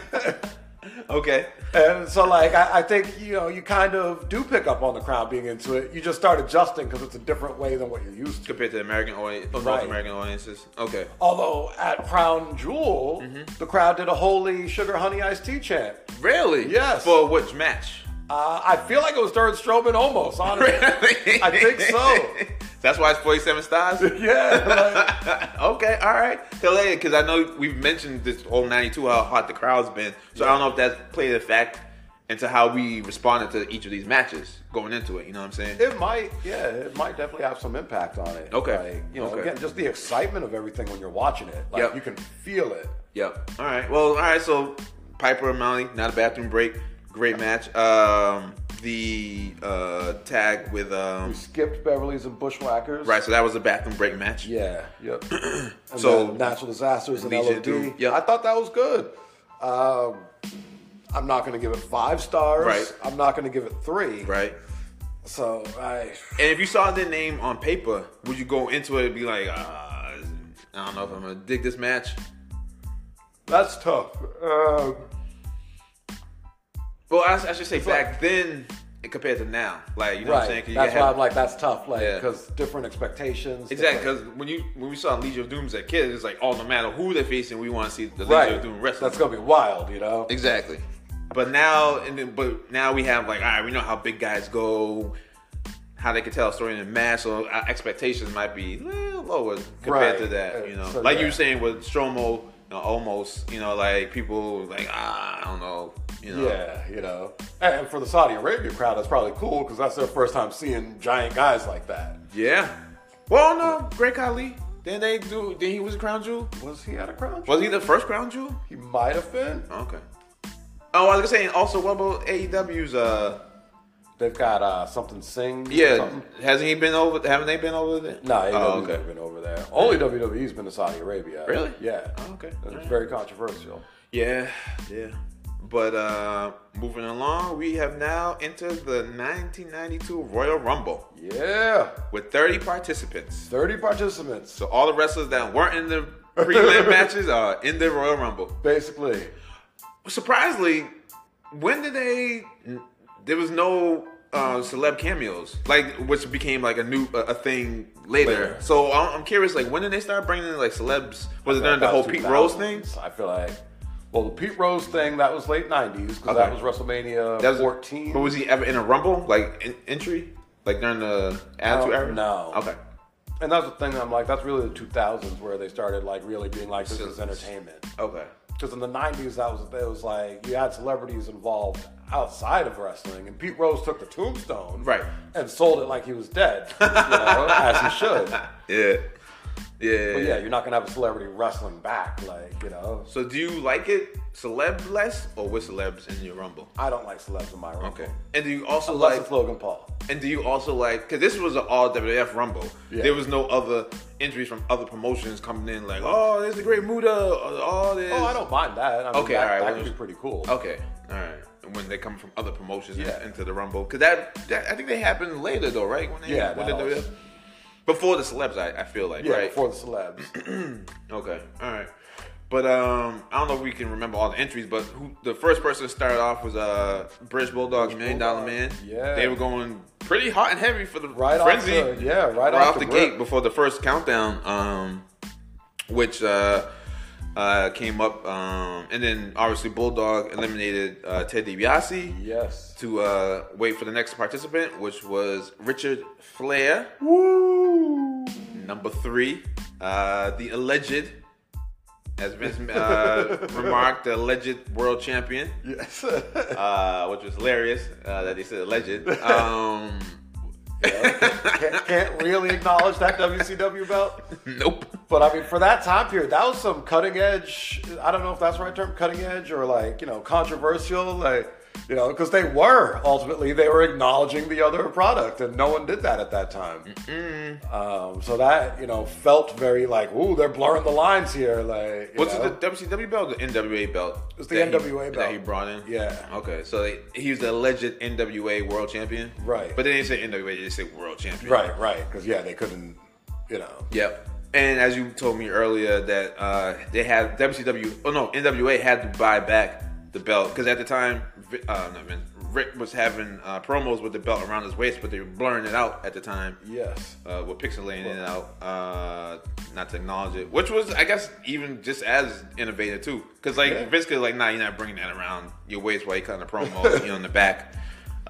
Okay. and so like I, I think you know you kind of do pick up on the crowd being into it. You just start adjusting because it's a different way than what you're used to. Compared to American audience, North Right. American audiences. Okay. Although at Crown Jewel, Mm-hmm. the crowd did a holy sugar honey iced tea chant. Really? Yes. For which match? Uh, I feel like it was during Strowman almost, honestly. Really? I think so. That's why it's 47 stars. yeah. like- okay, all right. Hilarious, because I know we've mentioned this whole 92, how hot the crowd's been. So I don't know if that's played a fact into how we responded to each of these matches going into it. You know what I'm saying? It might, yeah, it might definitely have some impact on it. Okay. Like, you know, Okay. again, just the excitement of everything when you're watching it. Like Yep. you can feel it. Yep. All right. Well, all right. So Piper and Molly, not a bathroom break. Great match. Um, the uh, tag with um, Skipped Beverly's and Bushwhackers. right. So that was a bathroom break match. Yeah. Yep. and So- then natural disasters and Legion LOD. through. Yep. I thought that was good. Um, I'm not going to give it five stars. Right. I'm not going to give it three. Right. So I, And if you saw their name on paper, would you go into it and be like, uh, I don't know if I'm gonna dig this match? that's tough. Um, Well, I, I should say back then compared to now. Like you know what I'm saying? right. 'Cause you That's had- why I'm like, that's tough. Like, Yeah. because different expectations. Exactly, different- because when you when we saw Legion of Doom as a kid, it's like, oh, no matter who they're facing, we want to see the Legion Right. of Doom wrestle. That's going to be wild, you know? Exactly. But now, and then, but now we have like, all right, we know how big guys go, how they can tell a story in a match, so our expectations might be a little lower compared Right. to that. Uh, You know, so, like you yeah. were saying with Stromo, you know, almost, you know, like people like, ah, I don't know, you know, Yeah, you know. And for the Saudi Arabia crowd, that's probably cool because that's their first time seeing giant guys like that. yeah. Well, no, Great Khali. Then they do. Then he was a crown jewel. Was he at a crown? Was he the first crown jewel? He might have been. Okay. Oh, I was gonna say, and also, what about AEW's? Uh, They've got uh, something sing. yeah, Something. E hasn't he been over? Haven't they been over there? No, AEW's Oh, okay. never been over there. Only WWE's been to Saudi Arabia. Really? Yeah. Oh, okay. It's Alright. very controversial. Yeah, yeah. But uh moving along, we have now entered the 1992 Royal Rumble Yeah. with 30 participants. 30 participants. So all the wrestlers that weren't in the prelim matches are in the Royal Rumble. Basically, Surprisingly, when did they? There was no uh, celeb cameos, like which became like a new a, a thing later. Later. So I'm, I'm curious, like when did they start bringing in like celebs? Was it during the about whole Pete Rose 2000s, thing? I feel like. Well, the Pete Rose thing, that was late 90s because that Okay. was WrestleMania That was 14. But was he ever in a rumble, like in, entry, like during the Attitude No, Era? no. Okay. And that's the thing. I'm like, that's really the 2000s where they started like really being like, this is entertainment. Okay. Because in the 90s, that was it was like you had celebrities involved outside of wrestling, and Pete Rose took the tombstone, Right. and sold it like he was dead, you know, as he should. Yeah. Yeah. But yeah, you're not gonna have a celebrity wrestling back, like you know. So do you like it celeb less or with celebs in your rumble? I don't like celebs in my room. Okay. And do you also unless like? it's Logan Paul. And do you also like? Because this was an all WWF rumble. Yeah. There was no other entries from other promotions coming in like, oh, there's the Great Muda, or, oh, there's. Oh, I don't mind that. I mean, Okay, that, all right, that well, could be pretty cool. Okay. All right. And When they come from other promotions in- Yeah. into the rumble, because that, that I think they happened later though, right? When they, Yeah, when that the also- WWF before the celebs, I, I feel like Yeah, right. for the celebs. Okay. All right. But um, I don't know if we can remember all the entries, but who the first person to start off was uh British Bulldog, Million Dollar Man. Bulldog, yeah. They were going pretty hot and heavy for the Right off frenzy. the- yeah, right off off the, the gate rip. before the first countdown. Um, which uh. Uh, came up, um, and then obviously Bulldog eliminated uh, Ted DiBiase yes. to uh, wait for the next participant, which was Richard Flair. Woo! Number three, uh, the alleged, as Vince uh, remarked, the alleged world champion, Yes. uh, which was hilarious uh, that he said alleged. Um, can't, can't really acknowledge that WCW belt. nope. But I mean, for that time period, that was some cutting edge. I don't know if that's the right term, cutting edge or like you know controversial. Like You know, because they were ultimately they were acknowledging the other product, and no one did that at that time. Um, so that you know felt very like, ooh, they're blurring the lines here. Like, you What's know? it, the WCW belt or the NWA belt? It's the that he- NWA That belt. he brought in? Yeah. Okay, so they, he was the alleged NWA world champion? Right. But they didn't say NWA, they just say world champion. right, right? Because yeah, they couldn't. You know, Yep. And as you told me earlier, that uh, they had WCW, oh no, NWA had to buy back the belt because at the time, Vi- uh, no, man, Rick was having uh, promos with the belt around his waist, but they were blurring it out at the time. yes. Uh, with pixelating it out, uh, not to acknowledge it, which was, I guess, even just as innovative too, because like Yeah. Vince could like, nah, you're not bringing that around your waist while you cutting the promo, you know, in the back.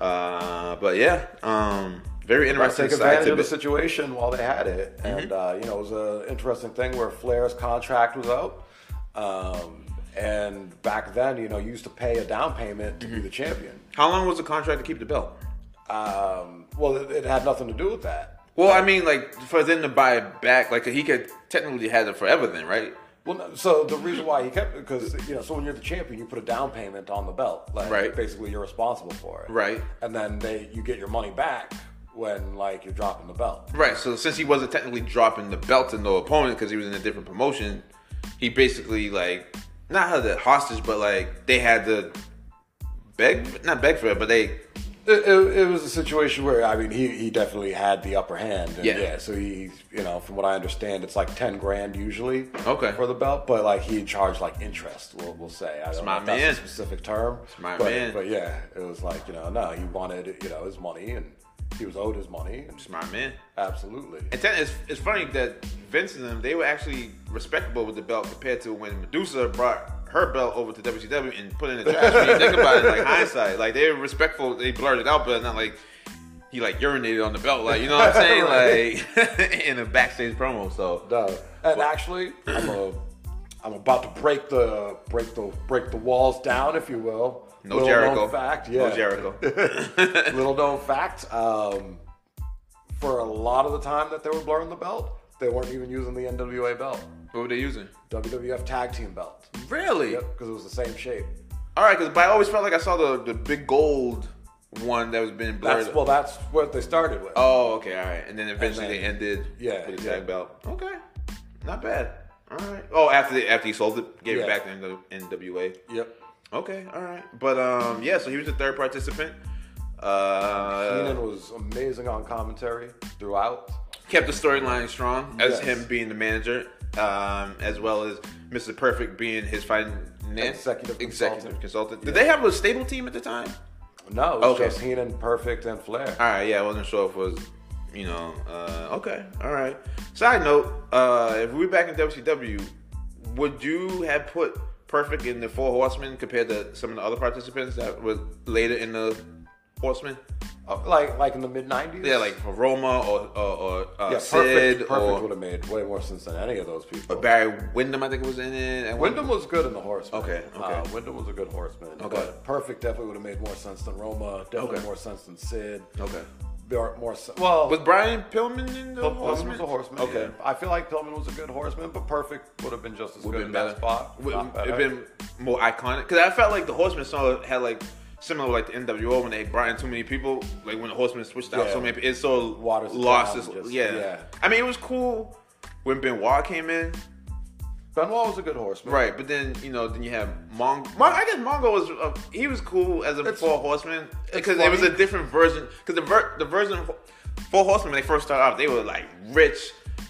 Uh, but yeah, um, very Right, interesting take side advantage of the tidbit. situation while they had Mm-hmm. it, and uh, you know it was an interesting thing where Flair's contract was out, um, and back then you know you used to pay a down payment to Mm-hmm. be the champion. How long was the contract to keep the belt? Um, well, it, it had nothing to do with that. Well, I mean, like for them to buy it back, like he could technically have it forever, then, right? Well, no, so the reason why he kept because you know so when you're the champion you put a down payment on the belt, like Right. basically you're responsible for it, Right. And then they you get your money back when like you're dropping the belt. Right. So since he wasn't technically dropping the belt to no opponent because he was in a different promotion, he basically like not held it hostage, but like they had to beg, not beg for it, but they It, it, it was a situation where I mean he, he definitely had the upper hand. And Yeah. yeah. So he you know from what I understand it's like ten grand usually. Okay. For the belt, but like he charged like interest. We'll, we'll say I don't my know if that's man. a specific term. my but, man. But yeah, it was like you know no he wanted you know his money and he was owed his money. And, smart man. absolutely. And ten, it's, it's funny that Vince and them they were actually respectable with the belt compared to when Medusa brought her belt over to WCW and put it in the trash. when you think about it, like hindsight, like they were respectful. They blurred it out, but not like he like urinated on the belt, like you know what I'm saying, like in a backstage promo. So No. uh, And actually, I'm, a, I'm about to break the break the break the walls down, if you will. no Little known Jericho, fact, yeah. no Jericho. Little known fact. Um, for a lot of the time that they were blurring the belt, they weren't even using the NWA belt, what were they using? WWF tag team belt. Really? Yep, because it was the same shape. All right, because I always felt like I saw the the big gold one that was being blurred. That's well, that's what they started with. Oh, okay, all right. And then eventually then- they ended yeah, with the yeah. tag belt. Okay, not bad. All right. Oh, after they, after he sold it, gave Yeah. it back to NW NWA. Yep. Okay, all right. But um, yeah. So he was the third participant. Uh, Heenan was amazing on commentary throughout. kept the storyline strong as Yes. him being the manager, um, as well as Mr. Perfect being his finance Executive executive consultant. consultant. Did they have a stable team at the time? No, it was Okay. just Heenan, Perfect, and Flair. All right, yeah, I wasn't sure if it was, you know, uh, okay, all right. Side note: uh, If we were back in WCW, would you have put Perfect in the Four Horsemen compared to some of the other participants that was later in the Horsemen? Uh, like like in the mid '90s. Yeah, like for Roma or or, or uh, Yeah, Sid perfect. Perfect would or have made way more sense than any of those people. Barry Windham, I think was in it. And Wyndham was good in the horseman. Okay, okay. Uh, Wyndham was a good horseman. Okay. But perfect definitely would have made more sense than Roma. Definitely Okay. more sense than Sid. Okay. More, more sen- well. Was Brian Pillman in the Pillman Horsemen? was a horseman. Okay. yeah. I feel like Pillman was a good horseman, but perfect would have been just as would good have in been that better. spot. Would not have better. been more iconic because I felt like the Horsemen song had like similar like the NWO when they brought in too many people. Like when the Horsemen switched out Yeah. so many, people, it's so Waters it lost. down, Its, just- yeah. yeah. I mean it was cool when Benoit came in, Benoit was a good horseman. right? But then you know then you have Mongo. Mon- I guess Mongo was uh, he was cool as a It's- Four Horsemen because it was a funny. different version because the ver- the version of Four Horsemen when they first started out they were like rich.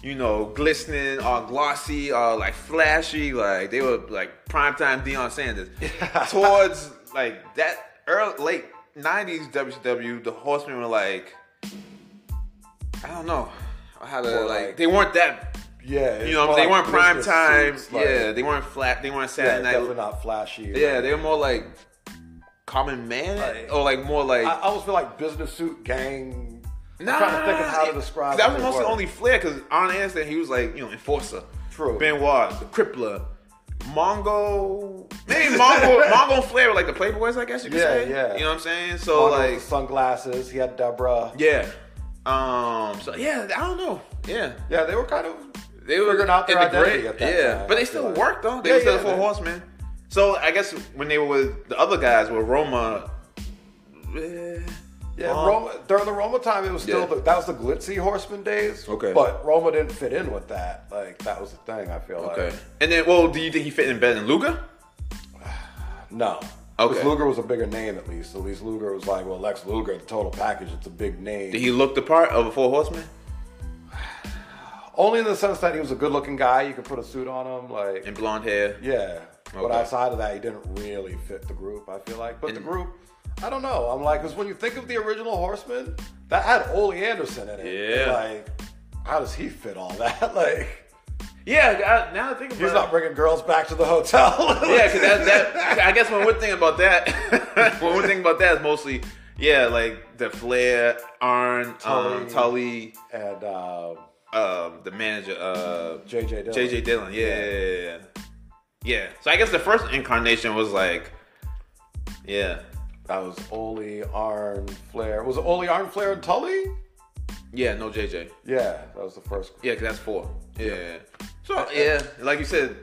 You know, glistening, all glossy, all like flashy, like they were like primetime Deion Sanders. towards like that early late '90s WCW, the Horsemen were like, I don't know how to More like, like- they weren't that. Yeah. You know, they weren't prime time. yeah, yeah. they weren't flat. They weren't Yeah, Saturday definitely night. not flashy. Yeah, they were more like common man Like- or like more like. I, I always feel like business suit gang. Nah, I'm trying to think of how to describe. That what was they mostly were. only Flair because on Anderson he was like you know enforcer. True. Benoit, the Crippler, Mongo, maybe Mongo, Mongo and Flair were like the Playboys, I guess you could Yeah, say. yeah. You know what I'm saying? So Arnold with like, the sunglasses. He had Deborah. yeah. Um. So yeah, I don't know. Yeah. Yeah, they were kind of They were figuring out their in the identity gray- at that Yeah, time, but I they feel still like. worked though. They Yeah, were still yeah, the four they- horsemen. So I guess when they were with the other guys, with Roma eh, yeah, Rome. Um, Roma, during the Roma time, it was still Yeah. the, that was the glitzy horseman days. Okay. but Roma didn't fit in with that. Like that was the thing. I feel Okay. like And then, well, do you think he fit in better than Luca? no. Okay. Because Luger was a bigger name at least. At least Luger was like, well, Lex Luger, the total package. It's a big name. Did he look the part of a four horseman? Only in the sense that he was a good-looking guy. You could put a suit on him, like And blonde hair. Yeah. But Okay. outside of that, he didn't really fit the group, I feel like. But the And- group, I don't know. I'm like, because when you think of the original Horseman, that had Ole Anderson in it. Yeah. Like, how does he fit all that? like, Yeah. I, now I think about he's it. not bringing girls back to the hotel. Yeah, because that, that I guess when we're thinking about that, when we're thinking about that is mostly yeah, like the Flair, Arn, Tully, um, Tully. Tully And uh, um, the manager, uh, J.J. Dillon. JJ Dillon. Yeah, yeah, yeah, yeah. Yeah. So I guess the first incarnation was like, yeah, That was Ole, Arn, Flair. Was it Ole, Arn, Flair, and Tully? yeah, no JJ. Yeah, that was the first. Yeah, because that's four. Yeah. So yeah, like you said.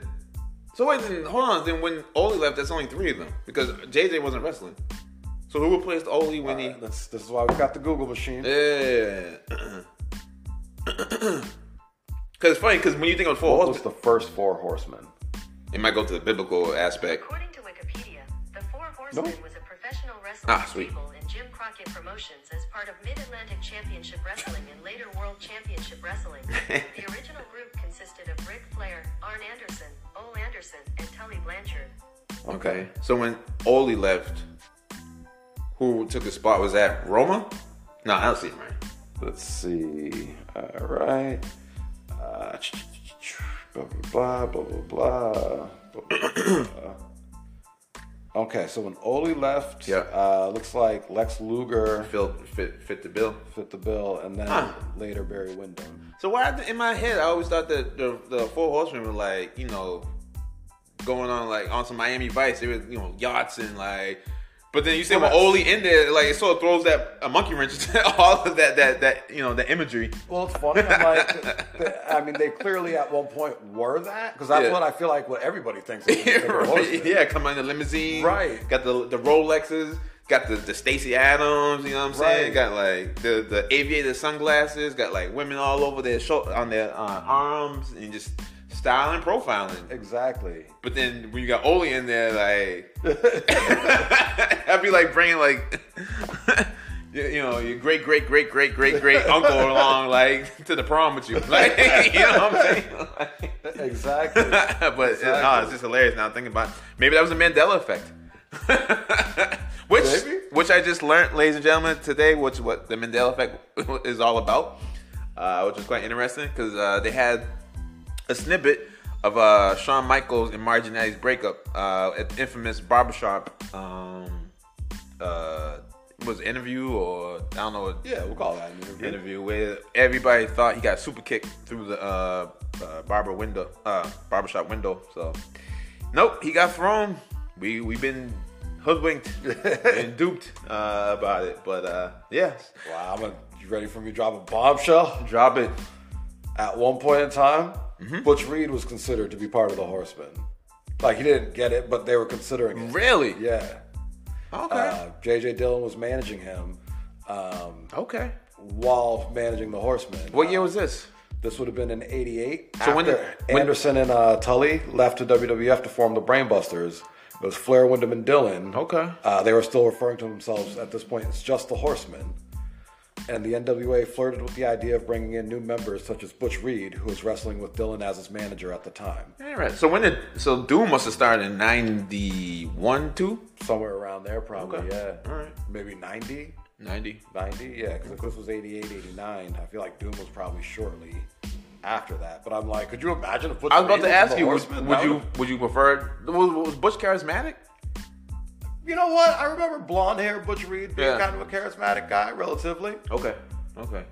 So wait, then hold on. Then when Oli left, that's only three of them because JJ wasn't wrestling. So who replaced Oli when he? Uh, that's, this is why we've got the Google machine. Yeah. Because it's funny, because when you think of four What was horsemen, the first four horsemen? it might go to the biblical aspect. According to Wikipedia, the Four Horsemen No. was a professional wrestling Ah, sweet. stable in Jim Crockett Promotions as part of Mid Atlantic Championship Wrestling and later World Championship Wrestling. the original group consisted of Rick Flair, Arn Anderson, Ole Anderson, and Tully Blanchard. Okay. So when Oli left, who took his spot was that Roma? No, I don't see him right. Let's see. All right. Uh, ch- ch- ch- ch- blah, blah, blah, blah, blah, blah, blah, blah, blah. Okay, so when Oli left, Yeah. uh, looks like Lex Luger Phil fit fit the bill. fit the bill, and then Huh. later Barry Windham. So why in my head I always thought that the, the four horsemen were like you know going on like on some Miami Vice. They were you know yachts and like. But then you say Well, when Oli in there, like it sort of throws that a monkey wrench to all of that that that you know the imagery. Well, it's funny. I'm like, th- th- I mean, they clearly at one point were that because that's Yeah. what I feel like what everybody thinks. Of when they think of right. horsemen. Yeah, come on the limousine. Right. Got the the Rolexes. Got the, the Stacy Adams. You know what I'm saying? Right. Got like the the aviator sunglasses. Got like women all over their shoulder on their uh, arms and just styling profiling. exactly. But then when you got Oli in there, like I'd be like bringing like. You you know your great great great great great great uncle along like to the prom with you, like you know what I'm saying. Like- Exactly. but it's, no, it's just hilarious now thinking about. it. Maybe that was a Mandela effect. which Maybe. which I just learned, ladies and gentlemen, today, which is what the Mandela effect is all about, uh, which is quite interesting because uh, they had a snippet of uh, Shawn Michaels and Marginatti's breakup uh, at the infamous barbershop. Um, uh, was it interview or I don't know yeah, we'll call that an interview. interview where everybody thought he got super kicked through the uh, uh, barber window, uh, barbershop window. So, nope, he got thrown. We we been hoodwinked and duped uh, about it. But uh, yes, Wow, I'm gonna, you ready for me to drop a bombshell? drop it. At one point in time, Butch Reed was considered to be part of the Horsemen. Like he didn't get it, but they were considering it. Really? Yeah. Okay. Uh, JJ Dillon was managing him um, okay. while managing the Horsemen. What year was this? This would have been in '88. So when So when did- when- Anderson and uh, Tully left to WWF to form the Brainbusters, it was Flair, Wyndham, and Dillon. Okay. Uh, they were still referring to themselves at this point as just the Horsemen. And the NWA flirted with the idea of bringing in new members such as Butch Reed, who was wrestling with Dillon as his manager at the time, All right. So when did so Doom must have started in ninety one, two, somewhere around there, probably. Okay. Yeah, All right. maybe 90, ninety. 90. Yeah, because if this was 88, 89, I feel like Doom was probably shortly after that. But I'm like, could you imagine if Butch I was about Reed to in ask the you, would, Horsemen? would That you would've- would you prefer was, was Bush charismatic? You know what? I remember blonde hair Butch Reed being Yeah. kind of a charismatic guy, relatively. Okay. Okay.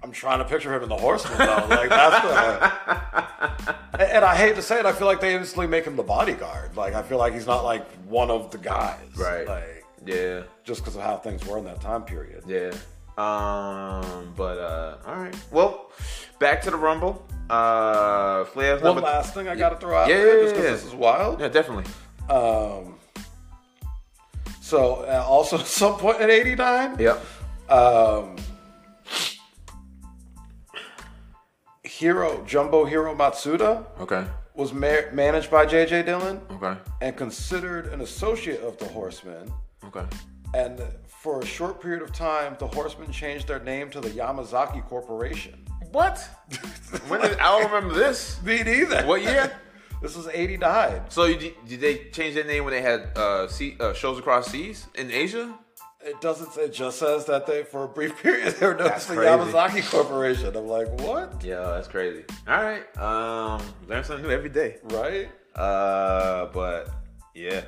I'm trying to picture him in the horseman though. Like that's the. And- and I hate to say it, I feel like they instantly make him the bodyguard. Like I feel like he's not like one of the guys. Right. Like Yeah. just because of how things were in that time period. Yeah. Um. But uh. All right. Well, back to the rumble. Uh. Flair's One number- last thing I got to throw out Yeah, there, yeah, just yeah, because yeah. this is wild. Yeah, definitely. Um, So uh, also at some point in '89. Yep. Um, Hero Jumbo Hero Matsuda Okay. was ma- managed by J.J. Dillon Okay. and considered an associate of the Horsemen. Okay. And for a short period of time, the Horsemen changed their name to the Yamazaki Corporation. What? when did, I don't remember this. Me neither. What year? This was '89. So you, did, did they change their name when they had uh, sea, uh, shows across seas in Asia? It doesn't. say- It just says that they, for a brief period, they were known as the crazy. Yamazaki Corporation. I'm like, what? Yeah, that's crazy. All right. Um, learn something new every day. Right? Uh, but yeah.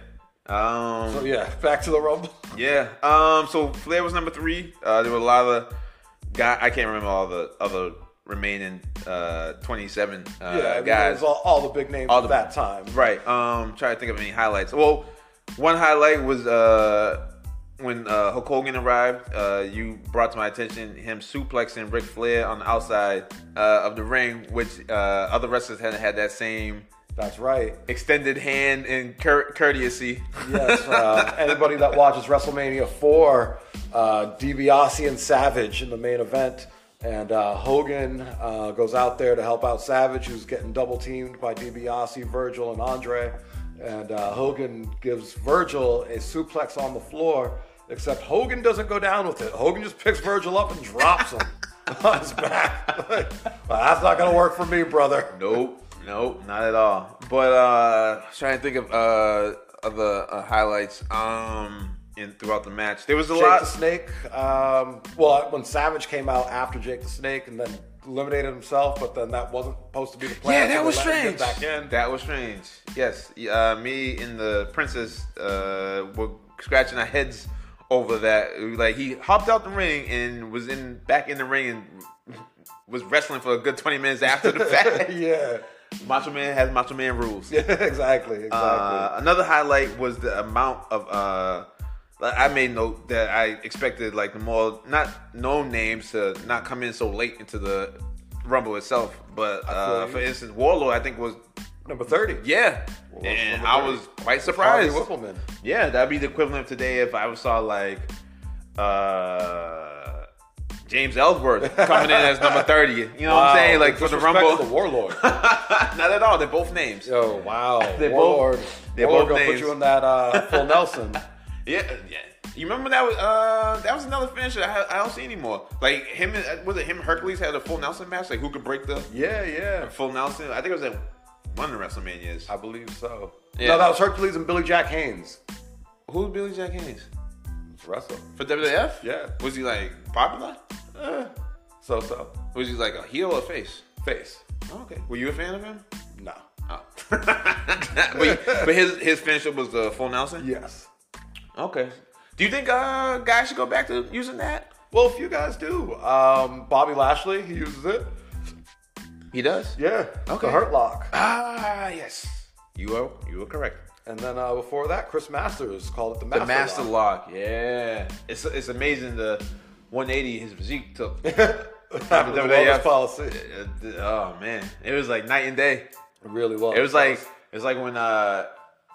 Um, So Oh, yeah, back to the Rumble. Yeah. Um. So Flair was number three. Uh, there were a lot of guy. I can't remember all the other remaining uh 27 uh, yeah, I mean, it guys. was all, all the big names all of the- that time. right. Um. Trying to think of any highlights. Well, one highlight was uh when uh, Hulk Hogan arrived. Uh, you brought to my attention him suplexing Ric Flair on the outside uh, of the ring, which uh, other wrestlers hadn't had that same That's right. extended hand and cour- courtesy. Yes. Uh, anybody that watches WrestleMania four, uh, DiBiase and Savage in the main event, and uh, Hogan uh, goes out there to help out Savage, who's getting double teamed by DiBiase, Virgil, and Andre. And uh, Hogan gives Virgil a suplex on the floor, except Hogan doesn't go down with it. Hogan just picks Virgil up and drops him on his back. Like, "Well, that's not gonna work for me, brother. Nope, nope, not at all. But uh, I was trying to think of uh other uh, highlights um in throughout the match. There was a Jake the lot. Snake. Um, well, when Savage came out after Jake the Snake and then eliminated himself, but then that wasn't supposed to be the Yeah, plan. so that they was let him strange. get Back in. That was strange. Yes, y- uh, me and the princess uh were scratching our heads over that. We, Like he hopped out the ring and was in back in the ring and was wrestling for a good twenty minutes after the fact. yeah, Macho Man has Macho Man rules. yeah, exactly, exactly. Uh, another highlight was the amount of uh like I made note that I expected like the more not known names to not come in so late into the rumble itself. But uh feel you. for instance Warlord I think was Number thirty. yeah. Warlord's And number I thirty. was quite Harvey surprised. Whippleman. Yeah, that'd be the equivalent of today if I saw like uh James Ellsworth coming in as number 30. You know what I'm saying? Like for the Disrespect rumble. to the Warlord. not at all, they're both names. Oh wow, They both- Warlord. they both Warlord gonna put names. you in that uh, full Nelson. Yeah, uh, yeah. You remember that was uh that was another finisher I, I don't see anymore. Like him and uh, was it him and Hercules had a full Nelson match like who could break the Yeah, yeah. full Nelson? I think it was at one of the WrestleManias. I believe so. Yeah. No, that was Hercules and Billy Jack Haynes. Who's Billy Jack Haynes It's wrestling. for WWF? Yeah. Was he like popular? Eh. So so. Was he like a heel or face? Face. Oh, okay. Were you a fan of him? No. Oh. but, you- but his his finisher was the full Nelson. Yes. Okay. Do you think uh guys should go back to using that? Well, if you guys do, um, Bobby Lashley, he uses it. He does. Yeah. Okay. The Hurt Lock. Ah yes. You are you are correct. And then uh, before that, Chris Masters called it the Master, The master Lock. lock. yeah. It's it's amazing the 180 his physique took. After the WWF. wellness policy. Uh, th- Oh man, it was like night and day. It really was. It was like it was like when uh,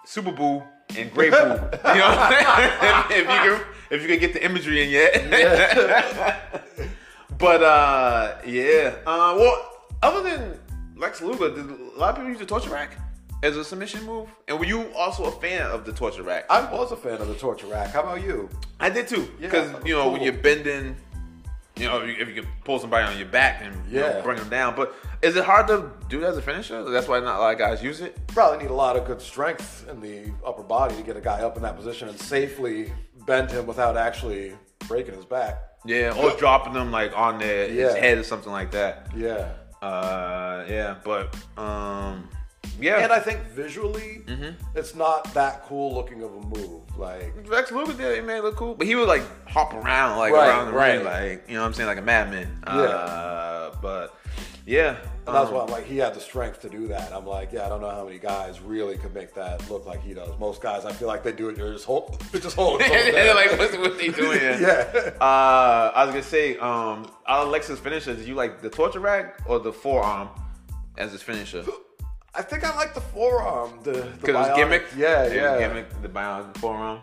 Super Boo and Great Boo. You know, what I'm saying? if you can if you can get the imagery in yet. but uh, yeah. Uh, well, other than Lex Luger, did a lot of people use the torture rack as a submission move? And were you also a fan of the torture rack? I was a fan of the torture rack. How about you? I did too. Yeah, Because that was you know when cool. you're bending, you know if you, if you can pull somebody on your back and you know, Yeah. bring them down. But is it hard to do that as a finisher? That's why not a lot of guys use it. Probably need a lot of good strength in the upper body to get a guy up in that position and safely bend him without actually breaking his back. Yeah, or dropping them like on their his Yeah. head or something like that. Yeah. Uh, yeah, but um, yeah. And I think visually, it's not that cool looking of a move. Like, Lex Luger did. He made it look cool, but he would like hop around, like Right, around the ring, right. like you know what I'm saying, like a madman. Uh, but yeah, And that's um, why I'm like, he had the strength to do that. I'm like, yeah, I don't know how many guys really could make that look like he does. Most guys, I feel like they do it. They're just hold, they're just holding. something They're there. like, what's, what's he doing? here? yeah. Uh, I was gonna say, um, out of Lex's finisher, did you like the torture rack or the forearm as his finisher? I think I like the forearm. The Because it was bionic- gimmick. Yeah, it yeah. Was gimmick. The bionic forearm.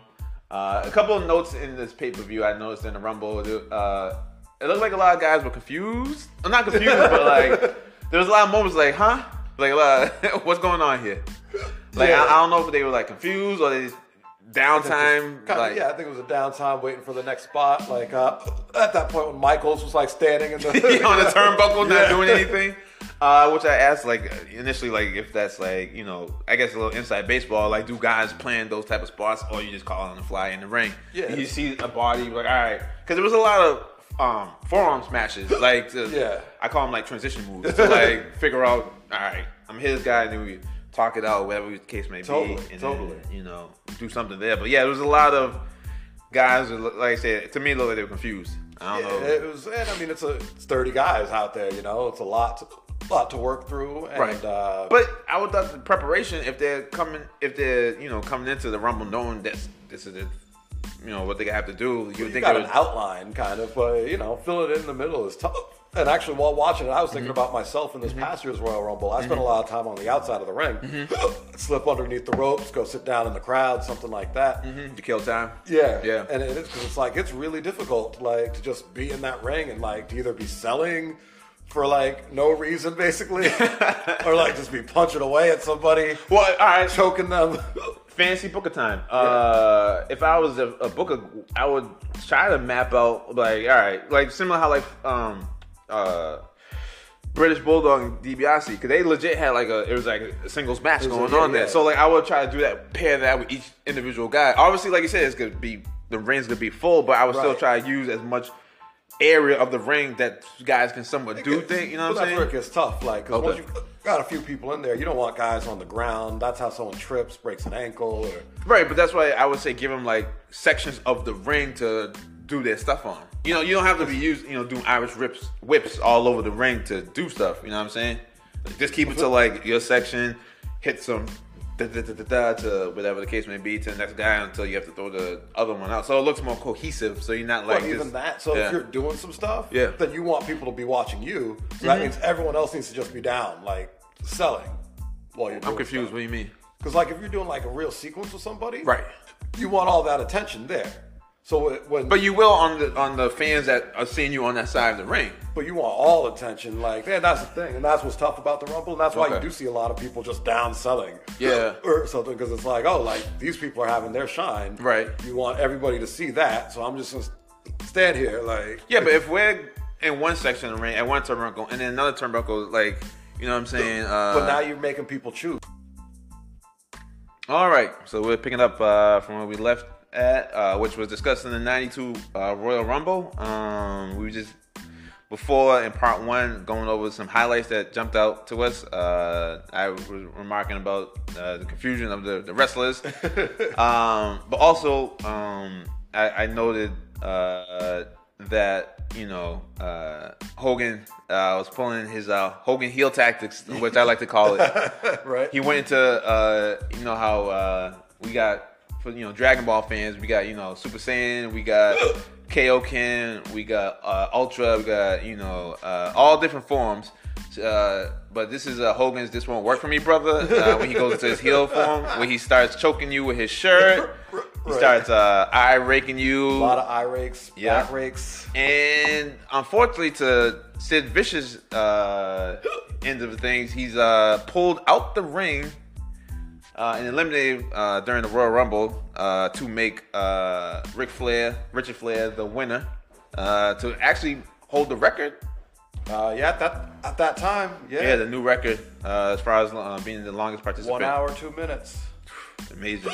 Uh, a couple of notes in this pay per view I noticed in the Rumble. Uh, it looked like a lot of guys were confused. I'm not confused, but like there was a lot of moments like, huh? Like, a lot of- what's going on here? Like, Yeah. I, I don't know if they were like confused or they just downtime. Kinda- Like, yeah, I think it was a downtime waiting for the next spot. Like uh, at that point when Michaels was like standing in the Yeah, on the turnbuckle, not Yeah. doing anything. Uh, which I asked, like initially, like if that's like you know, I guess a little inside baseball. Like, do guys plan those type of spots, or you just call on the fly in the ring? Yeah. And you see a body, you're like all right, because there was a lot of um, forearm smashes. Like, to, Yeah. I call them like transition moves to like figure out, all right, I'm his guy, and then we talk it out, whatever the case may Totally, be, and totally. Then, you know, do something there. But yeah, there was a lot of guys. that look- Like I said, to me, it looked like they were confused. I don't know. It was, and I mean, it's a it's thirty guys out there. You know, it's a lot, to, lot to work through. And, Right. Uh, but I would thought the preparation if they're coming if they're you know coming into the rumble knowing that's this is the, you know what they have to do. You would you think got it an was outline kind of, but you know, fill it in the middle is tough. And actually, while watching it, I was thinking Mm-hmm. about myself in this past year's Royal Rumble. I spent a lot of time on the outside of the ring, Mm-hmm. slip underneath the ropes, go sit down in the crowd, something like that. Mhm, to kill time. Yeah, yeah. and it is because it's like it's really difficult, like to just be in that ring and like to either be selling for like no reason, basically, or like just be punching away at somebody, Um, well, all right. So choking them. fancy booker time. Uh, if I was a, a booker, I would try to map out like all right, like similar how like um uh. British Bulldog and DiBiase, because they legit had like a it was like a singles match was going a- yeah, on there. yeah. So like I would try to do that, pair that with each individual guy. Obviously, like you said, it's gonna be the ring's gonna be full, but I would still Right. try to use as much area of the ring that guys can somewhat do things. You know what But I'm that saying? work is tough, like 'cause Okay. once you've got a few people in there, you don't want guys on the ground. That's how someone trips, breaks an ankle, or Right, but that's why I would say give them like sections of the ring to do their stuff on. You know, you don't have to be used, you know, doing Irish rips, whips all over the ring to do stuff. You know what I'm saying? Just keep it to like your section, hit some da da da da da to whatever the case may be to the next guy until you have to throw the other one out. So it looks more cohesive. So you're not like Well, even just- that. So yeah. if you're doing some stuff, Yeah. then you want people to be watching you. So that means everyone else needs to just be down, like selling. While you're I'm confused. What do you mean? because like if you're doing like a real sequence with somebody, Right. You want all that attention there. So it- when But you will on the on the fans that are seeing you on that side of the ring. but you want all attention, like man, that's the thing, and that's what's tough about the rumble, and that's why Okay. you do see a lot of people just down selling, Yeah. or something, because it's like, oh, like these people are having their shine, Right. You want everybody to see that, so I'm just gonna stand here, like Yeah, but if we're in one section of the ring, at one turnbuckle, and then another turnbuckle, like, you know what I'm saying? Uh, but now you're making people choose. all right, so we're picking up uh, from where we left at, uh, which was discussed in the 92 uh, Royal Rumble. Um, we just, before in part one, going over some highlights that jumped out to us. Uh, I was remarking about uh, the confusion of the, the wrestlers. um, but also, um, I, I noted uh, that you know uh, Hogan uh, was pulling his uh, Hogan heel tactics, which I like to call it. Right. He went into uh, you know how uh, we got for you know Dragon Ball fans, we got you know Super Saiyan, we got. KO Ken, we got uh, Ultra, we got you know uh, all different forms, uh, but this is uh, Hogan's. This won't work for me, brother. Uh, when he goes into his heel form, when he starts choking you with his shirt, he Right. starts uh, eye raking A lot you, of eye rakes, Yeah. back rakes. and unfortunately, to Sid Vicious uh, end of things, he's uh, pulled out the ring uh, and eliminated uh, during the Royal Rumble uh, to make uh, Ric Flair, Richard Flair, the winner uh, to actually hold the record. Uh, yeah, at that at that time, yeah, Yeah, the new record uh, as far as uh, being the longest participant. one hour two minutes. amazing,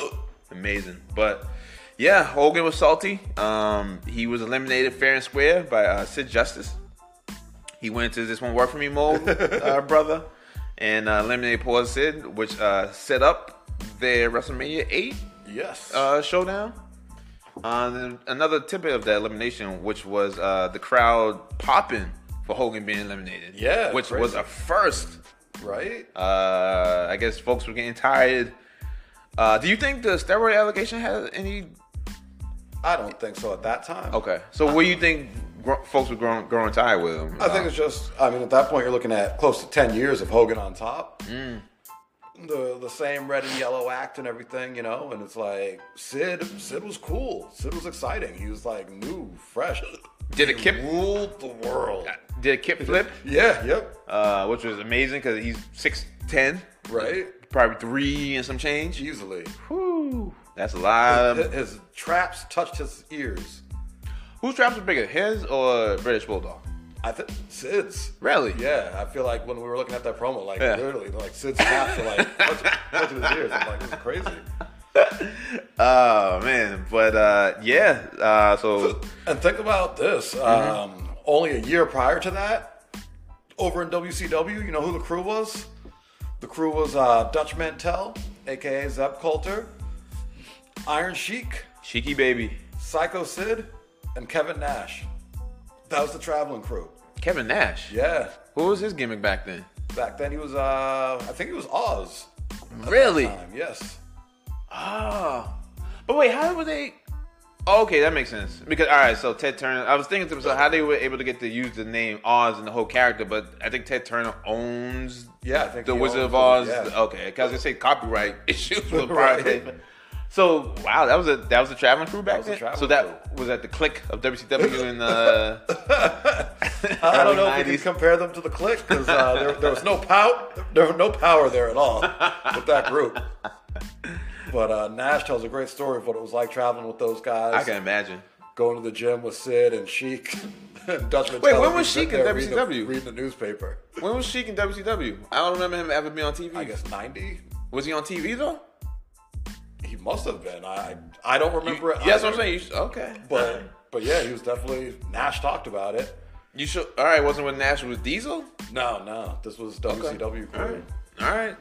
amazing. But yeah, Hogan was salty. Um, he was eliminated fair and square by uh, Sid Justice. He went into this one work for me mode, uh, brother, and uh, eliminated Paul Sid, which uh, set up their WrestleMania eight Yes, uh, showdown. Uh, then another tidbit of that elimination, which was uh, the crowd popping for Hogan being eliminated. Yeah, which crazy. was a first right. uh, I guess folks were getting tired. Uh, do you think the steroid allegation had any? I don't think so at that time. Okay, so what do you think gr- folks were growing, growing tired with him? I think it's just, I mean, at that point, you're looking at close to 10 years of Hogan on top. the the same red and yellow act and everything, you know. And it's like Sid, Sid was cool. Sid was exciting. He was like new, fresh. Uh, Did a He kip- ruled the world? Did a kip flip, Yeah. Yep. uh, which was amazing because he's six ten, Right. probably three and some change. Easily. Whew, that's a lot. his, Of, his traps touched his ears. whose traps are bigger, his or British Bulldog? I think Sid's. Really? Yeah, I feel like when we were looking at that promo, like Yeah. literally, like Sid's traps are like touching touching his ears. I'm like, this is crazy. Oh man, but uh, yeah. Uh, so And think about this. Mm-hmm. Um, only a year prior to that, over in WCW, you know who the crew was? The crew was uh, Dutch Mantel, aka Zeb Coulter, Iron Sheik, cheeky baby, Psycho Sid, and Kevin Nash. That was the traveling crew. Kevin Nash. Yeah. Who was his gimmick back then? Back then he was, uh, I think he was Oz. Really? Time. Yes. Oh. But wait, how were they? Oh, okay, that makes sense. Because all right, so Ted Turner. I was thinking to myself how they were able to get to use the name Oz and the whole character, but I think Ted Turner owns Yeah, I think the he Wizard owns of Oz. uh, it, yeah. Okay, because they say copyright issues with Right. probably. So wow, that was a that was a traveling crew back was a then. traveling so that was at the click of WCW in uh, the. I don't know if we 90s. can compare them to the click because uh, there, there was no pout, there was no power there at all with that group. But uh, Nash tells a great story of what it was like traveling with those guys, I can imagine. going to the gym with Sid and Sheik. and Dutchman Wait, Teller when was who's sitting Sheik in there reading the- WCW? Reading the newspaper. When was Sheik in WCW? I don't remember him ever being on TV. I guess ninety. Was he on TV though? He must have been. I I don't remember. it yeah, that's what I'm either. saying. You should, okay. But but yeah, he was definitely Nash talked about it. You should. All right, wasn't when Nash was Diesel. No, no, this was Okay. WCW. All crew. right. All right.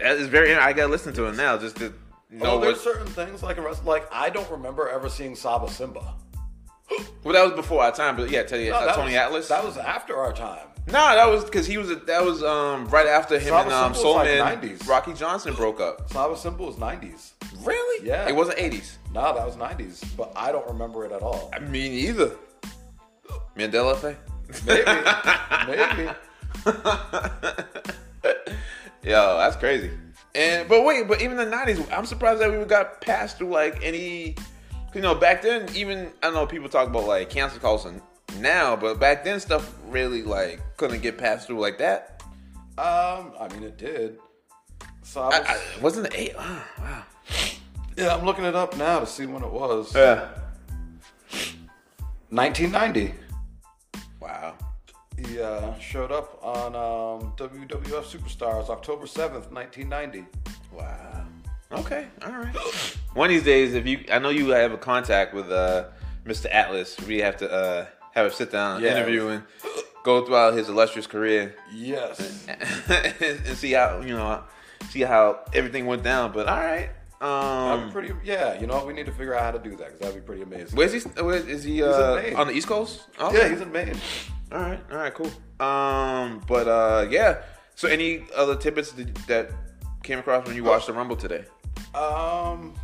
That is very. I gotta listen to it now just to know No, Oh, there's what. certain things like in wrestling, like I don't remember ever seeing Saba Simba. Well, that was before our time, but yeah, Teddy, No, uh, that Tony was, Atlas. That was after our time. nah, that was because he was. A, that was um right after him Saba and um, Simba was Soul like Man, 90s. Rocky Johnson broke up. Saba Simba was 90s. Really? Yeah. It wasn't 80s. No, that was 90s, but I don't remember it at all. I mean, either. Mandela effect. Maybe, maybe. Yo, that's crazy. And but wait, but even the '90s, I'm surprised that we got passed through like any, you know, back then. Even I know people talk about like cancer culture now, but back then stuff really like couldn't get passed through like that. Um, I mean, it did. Saba. I, I, wasn't the eight? Oh, wow. yeah, I'm looking it up now to see when it was. Yeah. 1990. Wow. He uh, showed up on um, WWF Superstars October 7th, 1990. Wow. Okay. All right. One of these days, if you, I know you have a contact with uh, Mr. Atlas. We have to uh, have a sit down Yeah. interview and go throughout his illustrious career. Yes. and, and see how you know see how everything went down. But all right, That'd be um, pretty. Yeah, you know what? We need to figure out how to do that because that'd be pretty amazing. where's he? Where, is he uh, Maine. on the East Coast? Oh, Yeah, he's in Maine. all right, all right, cool. Um, but uh, yeah. So any other tidbits that, that came across when you watched the Rumble today? Um,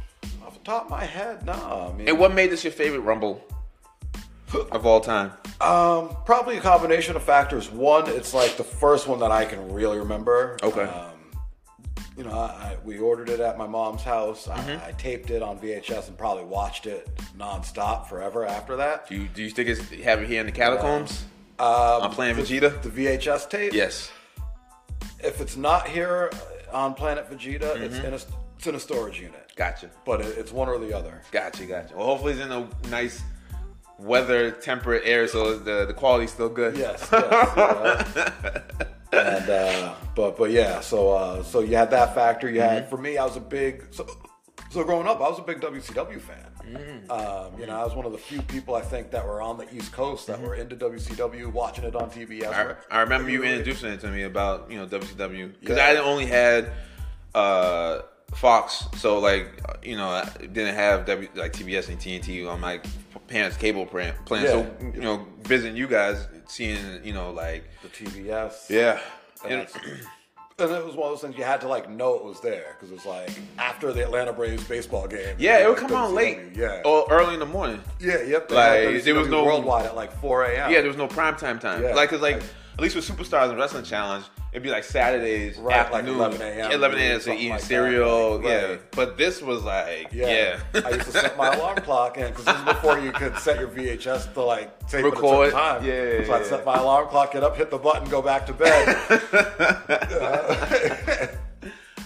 off the top of my head, nah. I mean, And what made this your favorite Rumble of all time? um, probably a combination of factors. One, it's like the first one that I can really remember. Okay. Um, you know, I, I, we ordered it at my mom's house. Mm-hmm. I, I taped it on VHS and probably watched it nonstop forever after that. Do you do you think it's have it here in the catacombs? Um, I'm playing Vegeta. The VHS tape. Yes. If it's not here on Planet Vegeta, it's Mm-hmm. in a it's in a storage unit. Gotcha. But it, it's one or the other. Gotcha, gotcha. Well, hopefully it's in a nice weather, temperate air, so the the quality's still good. Yes. yes, yes. and uh, but but yeah, so uh, so you had that factor. You had Mm-hmm. for me, I was a big so so growing up, I was a big WCW fan. Mm-hmm. Um, you know, I was one of the few people I think that were on the East Coast that were into WCW, watching it on TV. as Mm-hmm. I, well. I remember you introducing it to me about you know WCW because Yeah. I only had uh, Fox, so like you know I didn't have W like TBS and TNT on my parents' cable plan. plan. So Yeah. you know visiting you guys, seeing you know like the TBS. yeah, And, And- that's- and it was one of those things you had to like know it was there because it was like after the Atlanta Braves baseball game. yeah, it would like, come on late WCW, Yeah. or early in the morning. yeah. Yep. they like, had there was WCW no- worldwide at like 4 a.m. Yeah, there was no prime time time. Yeah. Like, cause like Like- at least with Superstars and Wrestling Challenge, it'd be like Saturdays Right, like afternoon, 11 a.m., 11 a.m. So something eating like that. cereal, Right. yeah. But this was like, Yeah. yeah, I used to set my alarm clock in because this is before you could set your VHS to like tape it at a certain Record. time. Yeah, yeah, so I'd yeah. set my alarm clock, get up, hit the button, go back to bed.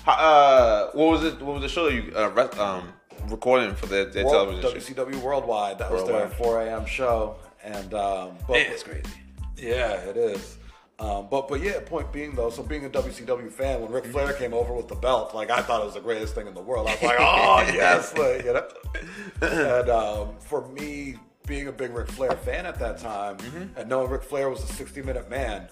uh, what was it? What was the show that you uh, re- um, recording for the, the World, television show? WCW Worldwide. That was Worldwide. their 4 a.m. show. And um, but Man, it's crazy. Yeah, it is. Um, but but yeah, point being though, so being a WCW fan, when Mm-hmm. Ric Flair came over with the belt, like I thought it was the greatest thing in the world. I was like, oh yes, like, you know. And um, for me, being a big Ric Flair fan at that time, Mm-hmm. and knowing Ric Flair was a 60 minute man,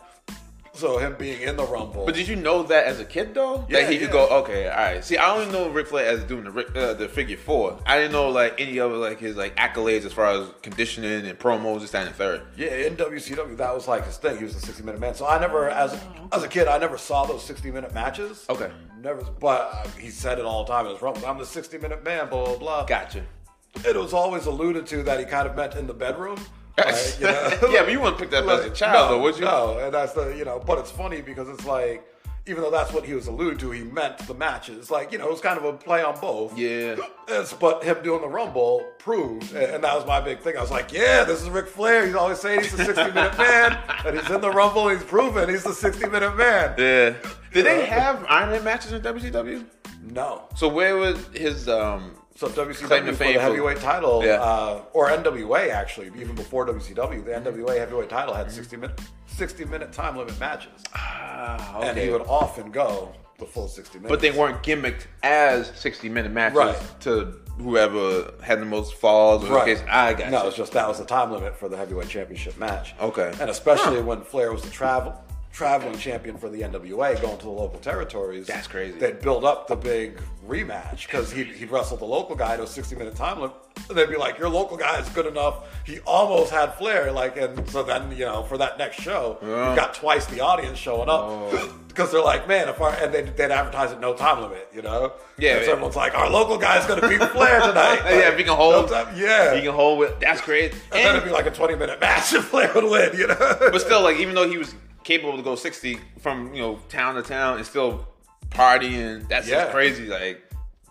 so him being in the Rumble, But did you know that as a kid though? Yeah, that he yeah. could go. Okay, all right. See, I only know Ric Flair as doing the Ric- uh, the figure four. I didn't know like any other like his like accolades as far as conditioning and promos, this, that, and the third. yeah, in WCW, that was like his thing. He was a 60 minute man. So I never, as as a kid, I never saw those 60 minute matches. Oh. Okay. never. But uh, he said it all the time in his Rumble. I'm the 60 minute man. Blah blah blah. Gotcha. it was always alluded to that he kind of meant in the bedroom. Like, you know, yeah, but you wouldn't pick that up as a like, child, no, though, would you? No, and that's the you know. But it's funny because it's like, even though that's what he was alluded to, he meant the matches. Like you know, it was kind of a play on both. Yeah. It's, but him doing the rumble proved, and, and that was my big thing. I was like, yeah, this is Ric Flair. He's always saying he's a 60 minute man, and he's in the rumble. and He's proven he's the 60 minute man. Yeah. Did they have Iron Man matches in WCW? No. So where was his um? So WCW Claim to for fame the for- heavyweight title, Yeah. uh, or NWA actually, even before WCW, the NWA heavyweight title Mm-hmm. had 60 minute 60 minute time limit matches, Ah, and he would often go the full 60 minutes. but they weren't gimmicked as sixty minute matches Right. to whoever had the most falls. Or Right. In case Ah, I got no, you. it's just that was the time limit for the heavyweight championship match. Okay. And especially when Flair was the travel traveling champion for the NWA, going to the local territories. That's crazy. They'd build up the big rematch because he'd, he'd wrestle the local guy to a 60 minute time limit. And they'd be like, "Your local guy is good enough. He almost had Flair." Like, and so then you know, for that next show, Yeah. you got twice the audience showing Oh. up because they're like, "Man, if our," and they'd, they'd advertise it no time limit, you know. Yeah, And yeah. so everyone's like, "Our local guy's gonna beat Flair tonight." yeah, Like, if you can hold, no time- yeah, if you can hold with. That's crazy. and And- that'd be like a 20 minute match if Flair would win, you know? but still, like even though he was capable to go sixty from you know town to town and still partying, that's just Yeah. crazy. Like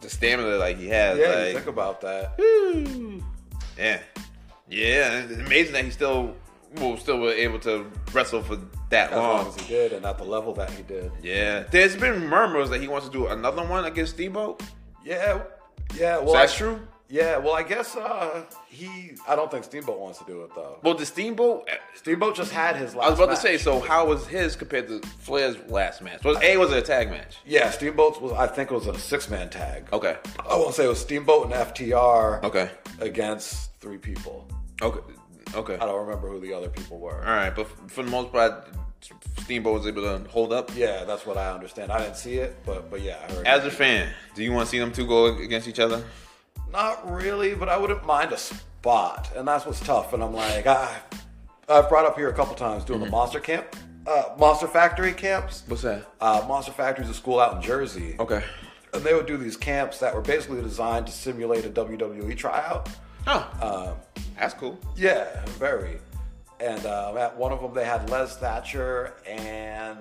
the stamina like he has. Yeah, like, you think about that. Yeah, yeah. It's amazing that he still, well, still were able to wrestle for that As long. long as he did and at the level that he did. yeah, there's been murmurs that he wants to do another one against Debo. Yeah, yeah. Well, Is that I- true? Yeah, well, I guess uh, he. I don't think Steamboat wants to do it though. Well, the Steamboat. Steamboat just had his last. I was about match. to say. So, how was his compared to Flair's last match? Was a was it a tag match? Yeah, Steamboat's was. I think it was a six man tag. Okay. I won't say it was Steamboat and FTR. Oh. Okay. Against three people. Okay. Okay. I don't remember who the other people were. All right, but f- for the most part, Steamboat was able to hold up. Yeah, that's what I understand. I didn't see it, but but yeah, I heard. As a fan, do you want to see them two go against each other? Not really, but I wouldn't mind a spot, and that's what's tough. And I'm like, I, I've brought up here a couple times doing the Mm-hmm. Monster Camp, uh, Monster Factory camps. What's that? Uh, Monster Factory is a school out in Jersey, Okay. and they would do these camps that were basically designed to simulate a WWE tryout. Um, Huh. That's cool. Yeah, very. And um, at one of them, they had Les Thatcher and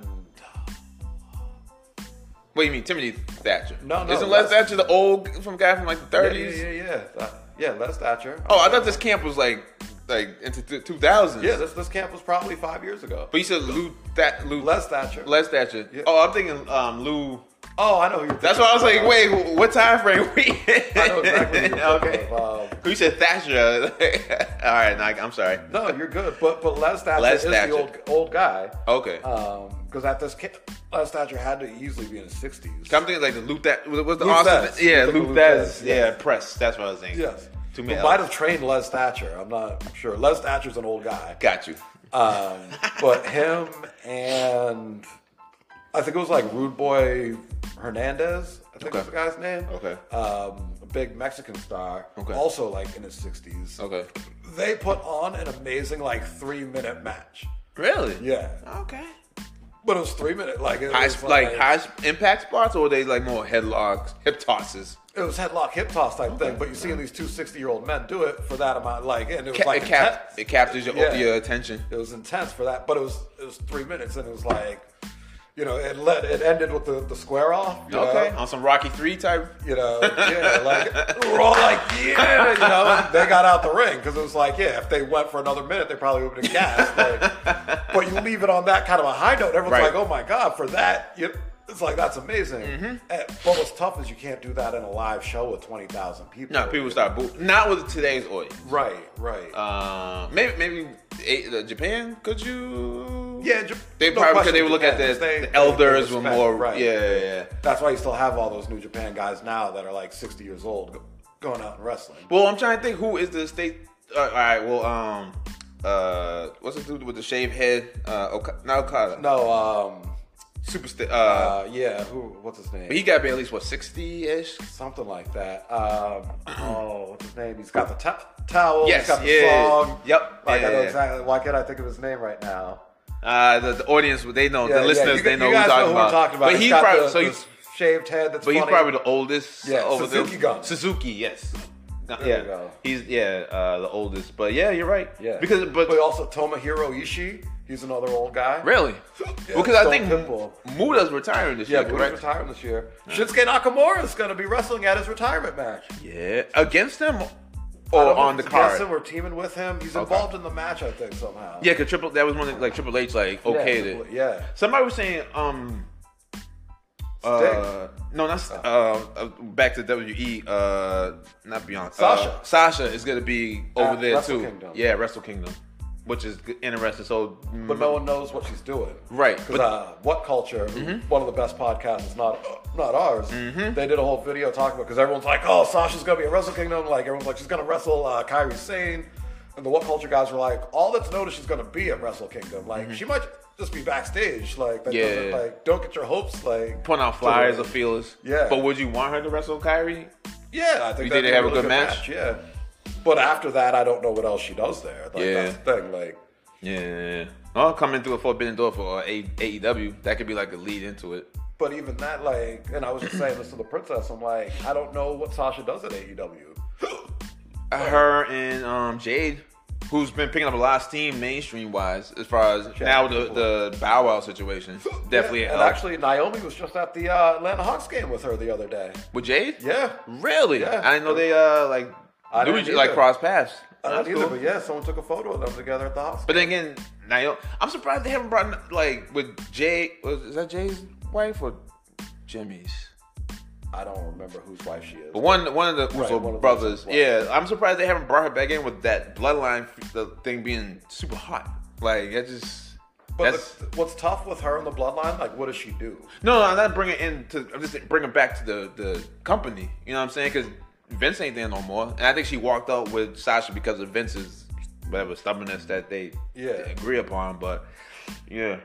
What do you mean, Timothy Thatcher? No, no, Isn't Les Les- Thatcher the old from guy from like the yeah, thirties? yeah, yeah, yeah, Uh, yeah, Les Thatcher. Oh, I thought this camp was like like into two thousands. yeah, this this camp was probably five years ago. But you said Lou that Lou Les Thatcher. Les Thatcher. Yeah. Oh, I'm thinking um Lou. oh, I know who you're. That's thinking why I was like, about. wait, wh- what time frame we? in? I know exactly what you're okay. thinking of. Um, you said Thatcher. All right, no, I- I'm sorry. No, you're good. But but Les Thatcher Les is Thatcher. the old old guy. Okay. Uh, Because at this, ca- Les Thatcher had to easily be in his sixties. I'm thinking like the Luke that was was the Luke Austin. Thez. Yeah, You think of Luke Luke Thez. Thez, Yeah, yes. press. That's what I was thinking. Yes. Too Who many. might have trained Les Thatcher? I'm not sure. Les Thatcher's an old guy. Got you. Um, but him and I think it was like Rude Boy Hernandez. I think Okay. was the guy's name. Okay. Um, a big Mexican star. Okay. Also like in his sixties. Okay. They put on an amazing like three minute match. Really? Yeah. Okay. But it was three minute like it High, was like high s- impact spots, or were they like more headlocks, hip tosses? it was headlock hip toss type thing. But you're seeing these two 60 year old men do it for that amount like and it was Ca- like it, cap- intense. it captures your, Yeah. your attention. it was intense for that, but it was it was three minutes, and it was like, you know, it led it ended with the, the square off. You Okay, know? on some Rocky Three type. you know, yeah, like we we're all like, yeah, you know, and they got out the ring because it was like, yeah, if they went for another minute, they probably would have been gassed. Like, but you leave it on that kind of a high note, everyone's Right. like, oh my god, for that, you, it's like that's amazing. Mm-hmm. And- but what's tough is you can't do that in a live show with twenty thousand people. No, people start boo. Not with today's audience. Right, right. Uh, maybe maybe eh, uh, Japan. Could you? Yeah, Jap- they probably no because question, they would look at Japan, the, 'cause they- the elders they were respect, more. right. Yeah, yeah, yeah. That's why you still have all those New Japan guys now that are like 60 years old go- going out and wrestling. Well, I'm trying to think who is the state. Uh, all right. Well, um, uh, what's the dude with the shaved head? Uh, Oka- not Okada. No, um, Super. Sta- uh, uh, yeah, who, what's his name? but he got to be at least what sixty ish. Something like that. Um, oh, what's his name? He's got the t- towel. Yes, he's got the yeah, song. yep, Like, I yeah. know exactly. Why can't I think of his name right now? Uh, the, the audience, they know Yeah, the yeah, listeners, you, they know, you who guys we're know who we're talking about. But He's he's got probably the- so the he's shaved head. That's But he's funny. probably the oldest. Yeah, over Suzuki there. Gun. Suzuki, yes. Gun, There yeah, you go. he's yeah uh, the oldest. But yeah, you're right. yeah. because but, but uh, also Tomohiro Ishii. He's another old guy. really, Yeah, because I Stone think Temple. Muda's retiring this year, Yeah, but he's correct? retiring this year. Shinsuke Nakamura is going to be wrestling at his retirement match. Yeah, against them I or don't know Oh, on if the it's card. against him or teaming with him. He's involved in the match, I think, somehow. Yeah, because triple that was one of, like Triple H like Yeah, okayed Triple- it. Yeah. Somebody was saying um. Uh, no, not uh, Oh. uh, back to WE. Uh, not Beyonce. Sasha. Uh, Sasha is gonna be over At there Wrestle too. Kingdom. Yeah, Wrestle Kingdom, which is g- interesting. So, But no one knows what she's doing. Right, Because but- Mm-hmm. uh, What Culture, who- one of the best podcasts, is not not ours. They did a whole video talking about because everyone's like, oh, Sasha's going to be at Wrestle Kingdom. Like, everyone's like, she's going to wrestle uh, Kyrie Sane. And the What Culture guys were like, all that's known is she's going to be at Wrestle Kingdom. Like, she might just be backstage. Like, that Mm-hmm. Yeah. doesn't, like, don't get your hopes. Like, point out flyers or feelers. Yeah. But would you want her to wrestle Kyrie? Yeah, I You think think that'd they be have a really good match? Yeah, but after that, I don't know what else she does there. Like, Yeah. that's the thing. Like, Yeah. Oh, coming through a forbidden door for uh, A- AEW, that could be like a lead into it. but even that, like, and I was just saying this to the princess. I'm like, I don't know what Sasha does at E AEW. Her and um, Jade, who's been picking up a lot of steam mainstream wise, as far as now the, the Bow Wow situation, definitely uh, Yeah, and helped. actually, Naomi was just at the uh, Atlanta Hawks game with her the other day. with Jade. Yeah, Really? Yeah. I didn't know they uh like I do didn't each- like either. cross paths. I That's don't either, cool. but yeah, someone took a photo of them together at the house. But then again, Naomi, I'm surprised they haven't brought like with Jay. Was is that Jay's wife or Jimmy's? I don't remember whose wife she is. But one one of the Right, Uso one of the brothers, Usos, right. yeah, I'm surprised they haven't brought her back in with that bloodline f- the thing being super hot. Like that just But that's the- what's tough with her and the bloodline, like, what does she do? no, no, I'm not bringing in to I'm just bringing back to the the company. You know what I'm saying? Because Vince ain't there no more, and I think she walked out with Sasha because of Vince's whatever stubbornness that they Yeah. agree upon. But yeah,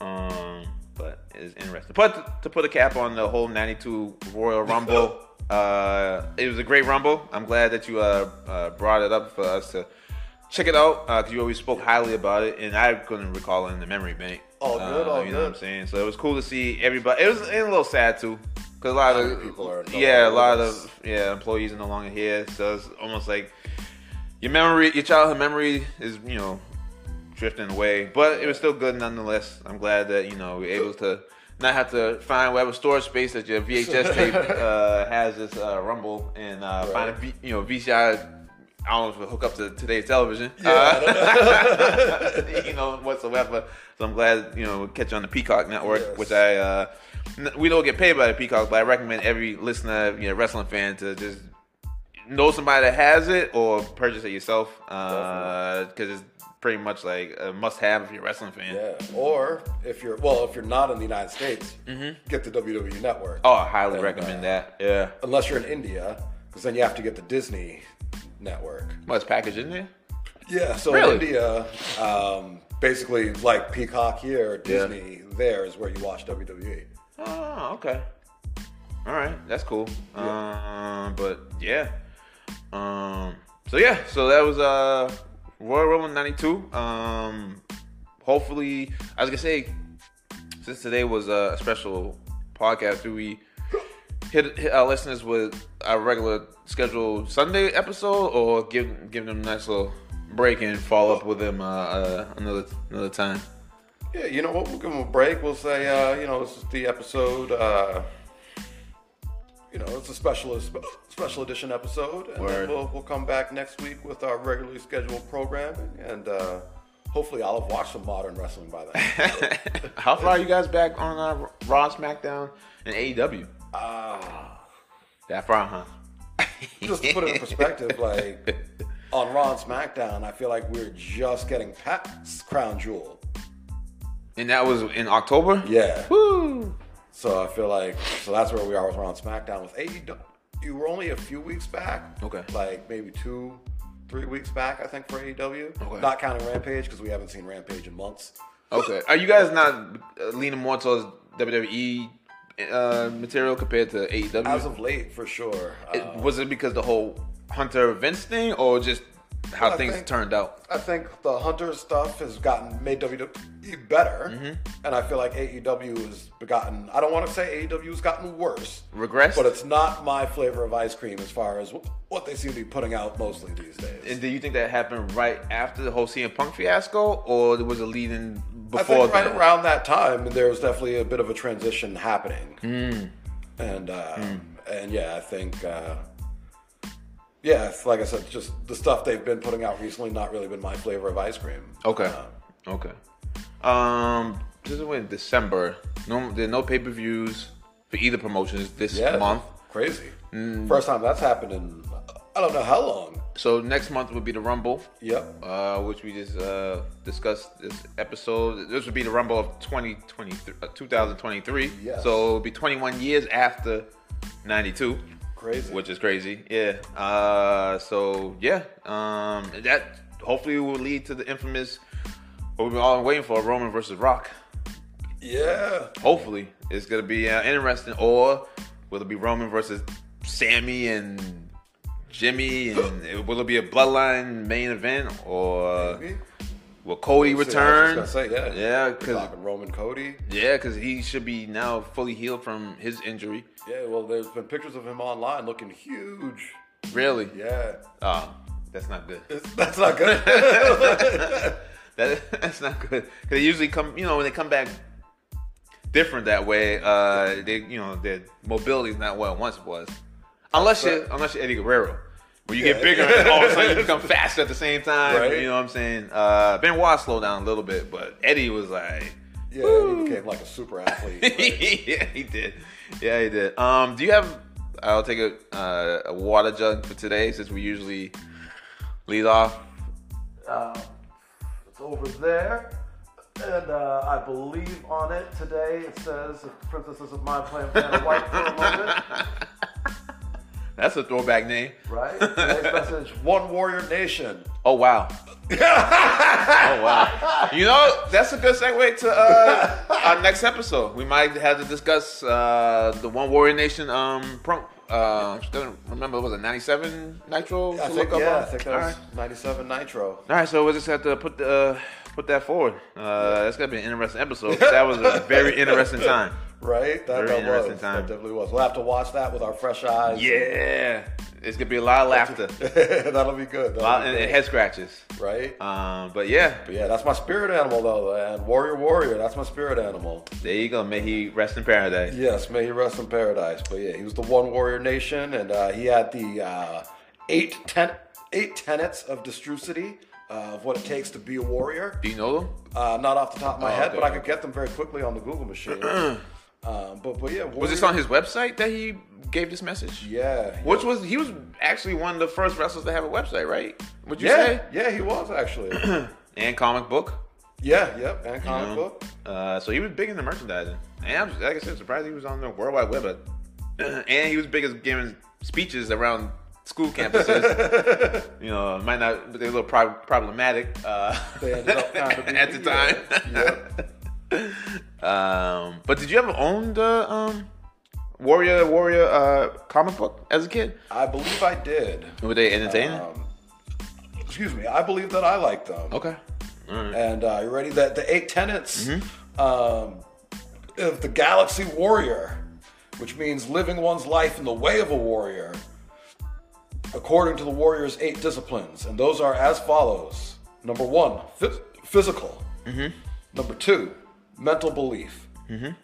um, but it's interesting. But to, to put a cap on the whole '92 Royal Rumble, uh, it was a great Rumble. I'm glad that you uh, uh brought it up for us to. Check it out because you always spoke highly about it, and I couldn't recall it in the memory bank. All good, Uh, all you know what I'm good. saying? So it was cool to see everybody. It was and a little sad too, because a lot many of people are no yeah, a lot longer with of yeah employees are no longer here. So it's almost like your memory, your childhood memory is you know drifting away. But it was still good nonetheless. I'm glad that you know we were able to not have to find whatever storage space that your VHS tape uh, has this uh, Rumble and uh, find a v, you know VCI. I don't know if it'll hook up to today's television. Uh, you know whatsoever. So I'm glad you know we catch you on the Peacock Network, Yes. which I uh, n- we don't get paid by the Peacock, but I recommend every listener, you know, wrestling fan to just know somebody that has it or purchase it yourself because it's pretty much like a must-have if you're a wrestling fan. Yeah, or if you're well, if you're not in the United States, get the WWE Network. Mm-hmm. Oh, I highly And, recommend uh, that. Yeah, Unless you're in India, because then you have to get the Disney Network. much package in there. Yeah, so Really? in India, um, basically like Peacock here, Disney there is where you watch E. WWE. Oh, okay. All right, that's cool. Um, but yeah. Um, so yeah, so that was uh Royal Rumble '92. Um, hopefully, I was gonna say since today was a special podcast, do we hit, hit our listeners with our regular scheduled Sunday episode, or give give them a nice little break and follow up with them uh, uh, another another time? Yeah, you know what? We'll give them a break. We'll say, uh, you know, this is the episode. Uh, you know, it's a special spe- special edition episode, and Word. then we'll we'll come back next week with our regularly scheduled programming, and uh, hopefully, I'll have watched some modern wrestling by then. How far are you guys back on uh, Raw, SmackDown, and AEW? Ah, That far, huh? just to put it in perspective, like on Raw and SmackDown, I feel like we're just getting past Crown Jewel. And that was in October. Yeah. Woo! So I feel like so that's where we are with Raw and SmackDown with AEW. You were only a few weeks back. Okay. Like maybe two, three weeks back, I think, for AEW. Okay. Not counting Rampage because we haven't seen Rampage in months. Okay. Are you guys not uh, leaning more towards WWE uh, material compared to AEW? As of late, for sure. It- Uh, was it because the whole Hunter Vince thing, or just how I things think- turned out? I think the Hunter stuff has gotten made WWE better, Mm-hmm. and I feel like AEW has gotten. I don't want to say AEW has gotten worse, Regressed? but uh, it's not my flavor of ice cream as far as wh- what they seem to be putting out mostly these days. And do you think that happened right after the whole CM Punk fiasco, or was it leading I before think right that? around that time, there was definitely a bit of a transition happening, Hmm. and uh, and yeah, I think uh, yeah, it's- like I said, just the stuff they've been putting out recently not really been my flavor of ice cream. Okay. Uh, okay. Um, this is when December. No, there are no pay per views for either promotions this yeah, month. crazy. Hmm. First time that's happened in I don't know how long. So next month would be the Rumble. Yep. uh, which we just uh, discussed this episode. This would be the Rumble of 2023, uh, 2023. Yes. So it'll be 21 years after 92, Crazy. which is crazy. Yeah. Uh, so yeah, um, that hopefully will lead to the infamous what we've been all waiting for: Roman versus Rock. yeah. Hopefully, it's gonna be uh, interesting. Or will it be Roman versus Sammy and? Jimmy and will it be a bloodline main event or Maybe. Will Cody See, I return? was just gonna say, yeah, yeah. because Rockin' Roman Cody. yeah, because he should be now fully healed from his injury. Yeah. Well, there's been pictures of him online looking huge. Really? Yeah. Oh, that's not good. It's- that's not good. That, that's not good. 'Cause they usually come, you know, when they come back different that way. Uh, they, you know, their mobility is not what it once was. Unless you, unless you're Eddie Guerrero, where you get Yeah. bigger and all of a sudden you become faster at the same time. Right. You know what I'm saying? Uh, Benoit slowed down a little bit, but Eddie was like. Yeah, he became like a super athlete. right? yeah, he did. Yeah, he did. Um, do you have? I'll take a uh, a water jug for today since we usually lead off. Um, It's over there. And uh, I believe on it today it says, if the princess isn't mine playing fan of white for a moment, That's a throwback name. right? Today's message, One Warrior Nation. Oh wow. oh wow. You know that's a good segue to uh, our next episode. We might have to discuss uh, the One Warrior Nation. Um, pro- uh, I'm still remember was it 97 Nitro? I to think, look up yeah, on? I think that All was right. 97 Nitro. All right, so we'll just have to put the, uh, put that forward. Uh, that's gonna be an interesting episode. 'cause That was a very interesting time. Right? That, Very that interesting was. time. That definitely was. We'll have to watch that with our fresh eyes. Yeah, it's gonna be a lot of laughter, That'll be good. a That'll lot be and, good. and head scratches. right? Um, but yeah, but yeah, that's my spirit animal, though, and Warrior Warrior, that's my spirit animal. there you go. May he rest in paradise. Yes, may he rest in paradise. But yeah, he was the One Warrior Nation, and uh, he had the uh, eight, ten- eight tenets of destrucity. Uh, of what it takes to be a warrior. Do you know them? Uh, not off the top of my Oh, head, okay, but I okay. could get them very quickly on the Google machine. um, but but yeah, Was this on his website that he gave this message? Yeah. Which was he was actually one of the first wrestlers to have a website, right? Would you yeah, say? yeah, he was actually. And comic book. yeah, yep, and comic you know? book. Uh, so he was big in the merchandising, and I'm, like I said, surprised he was on the World Wide Web. But, and he was big as giving speeches around school campuses. you know, might not, but they were a little pro- problematic uh, They ended up kind of at the being- time. yeah, um, but did you ever own the um, Warrior Warrior uh, comic book as a kid? I believe I did. Were they entertaining? Um, excuse me, I believe that I liked them. okay. And uh, you ready? That the eight tenets. Um, of the Galaxy Warrior, which means living one's life in the way of a warrior, according to the Warrior's eight disciplines. And those are as follows number one, phys- physical. Number two, mental belief.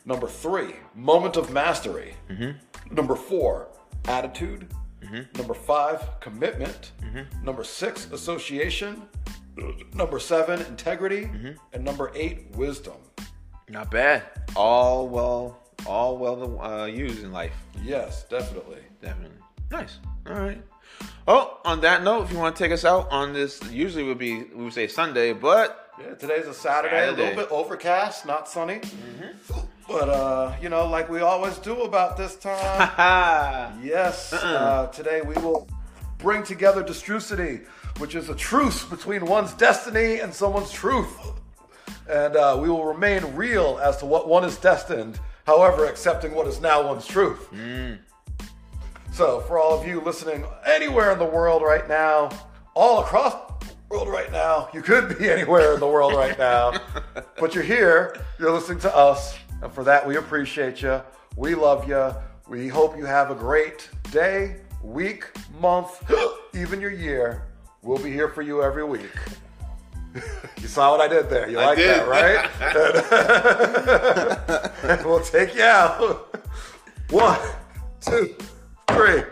Number three, moment of mastery. Number four, attitude. Number five, commitment. Number six, association. Number seven, integrity. And number eight, wisdom. Not bad. All well, all well uh, used in life. Yes, definitely. Definitely. Nice. All right. Oh, on that note, if you want to take us out on this, usually would be we would say Sunday, but Yeah, today's a Saturday, a Saturday. little bit overcast, not sunny. But, uh, you know, like we always do about this time. ah, Yes, uh, today we will bring together distrucity, which is a truce between one's destiny and someone's truth. And uh, we will remain real as to what one is destined, however, accepting what is now one's truth. So, for all of you listening anywhere in the world right now, all across the world right now, you could be anywhere in the world right now, but you're here, you're listening to us, and for that, we appreciate you. We love you. We hope you have a great day, week, month, even your year. We'll be here for you every week. you saw what I did there. You like did. that, right? and we'll take you out. One, two, three.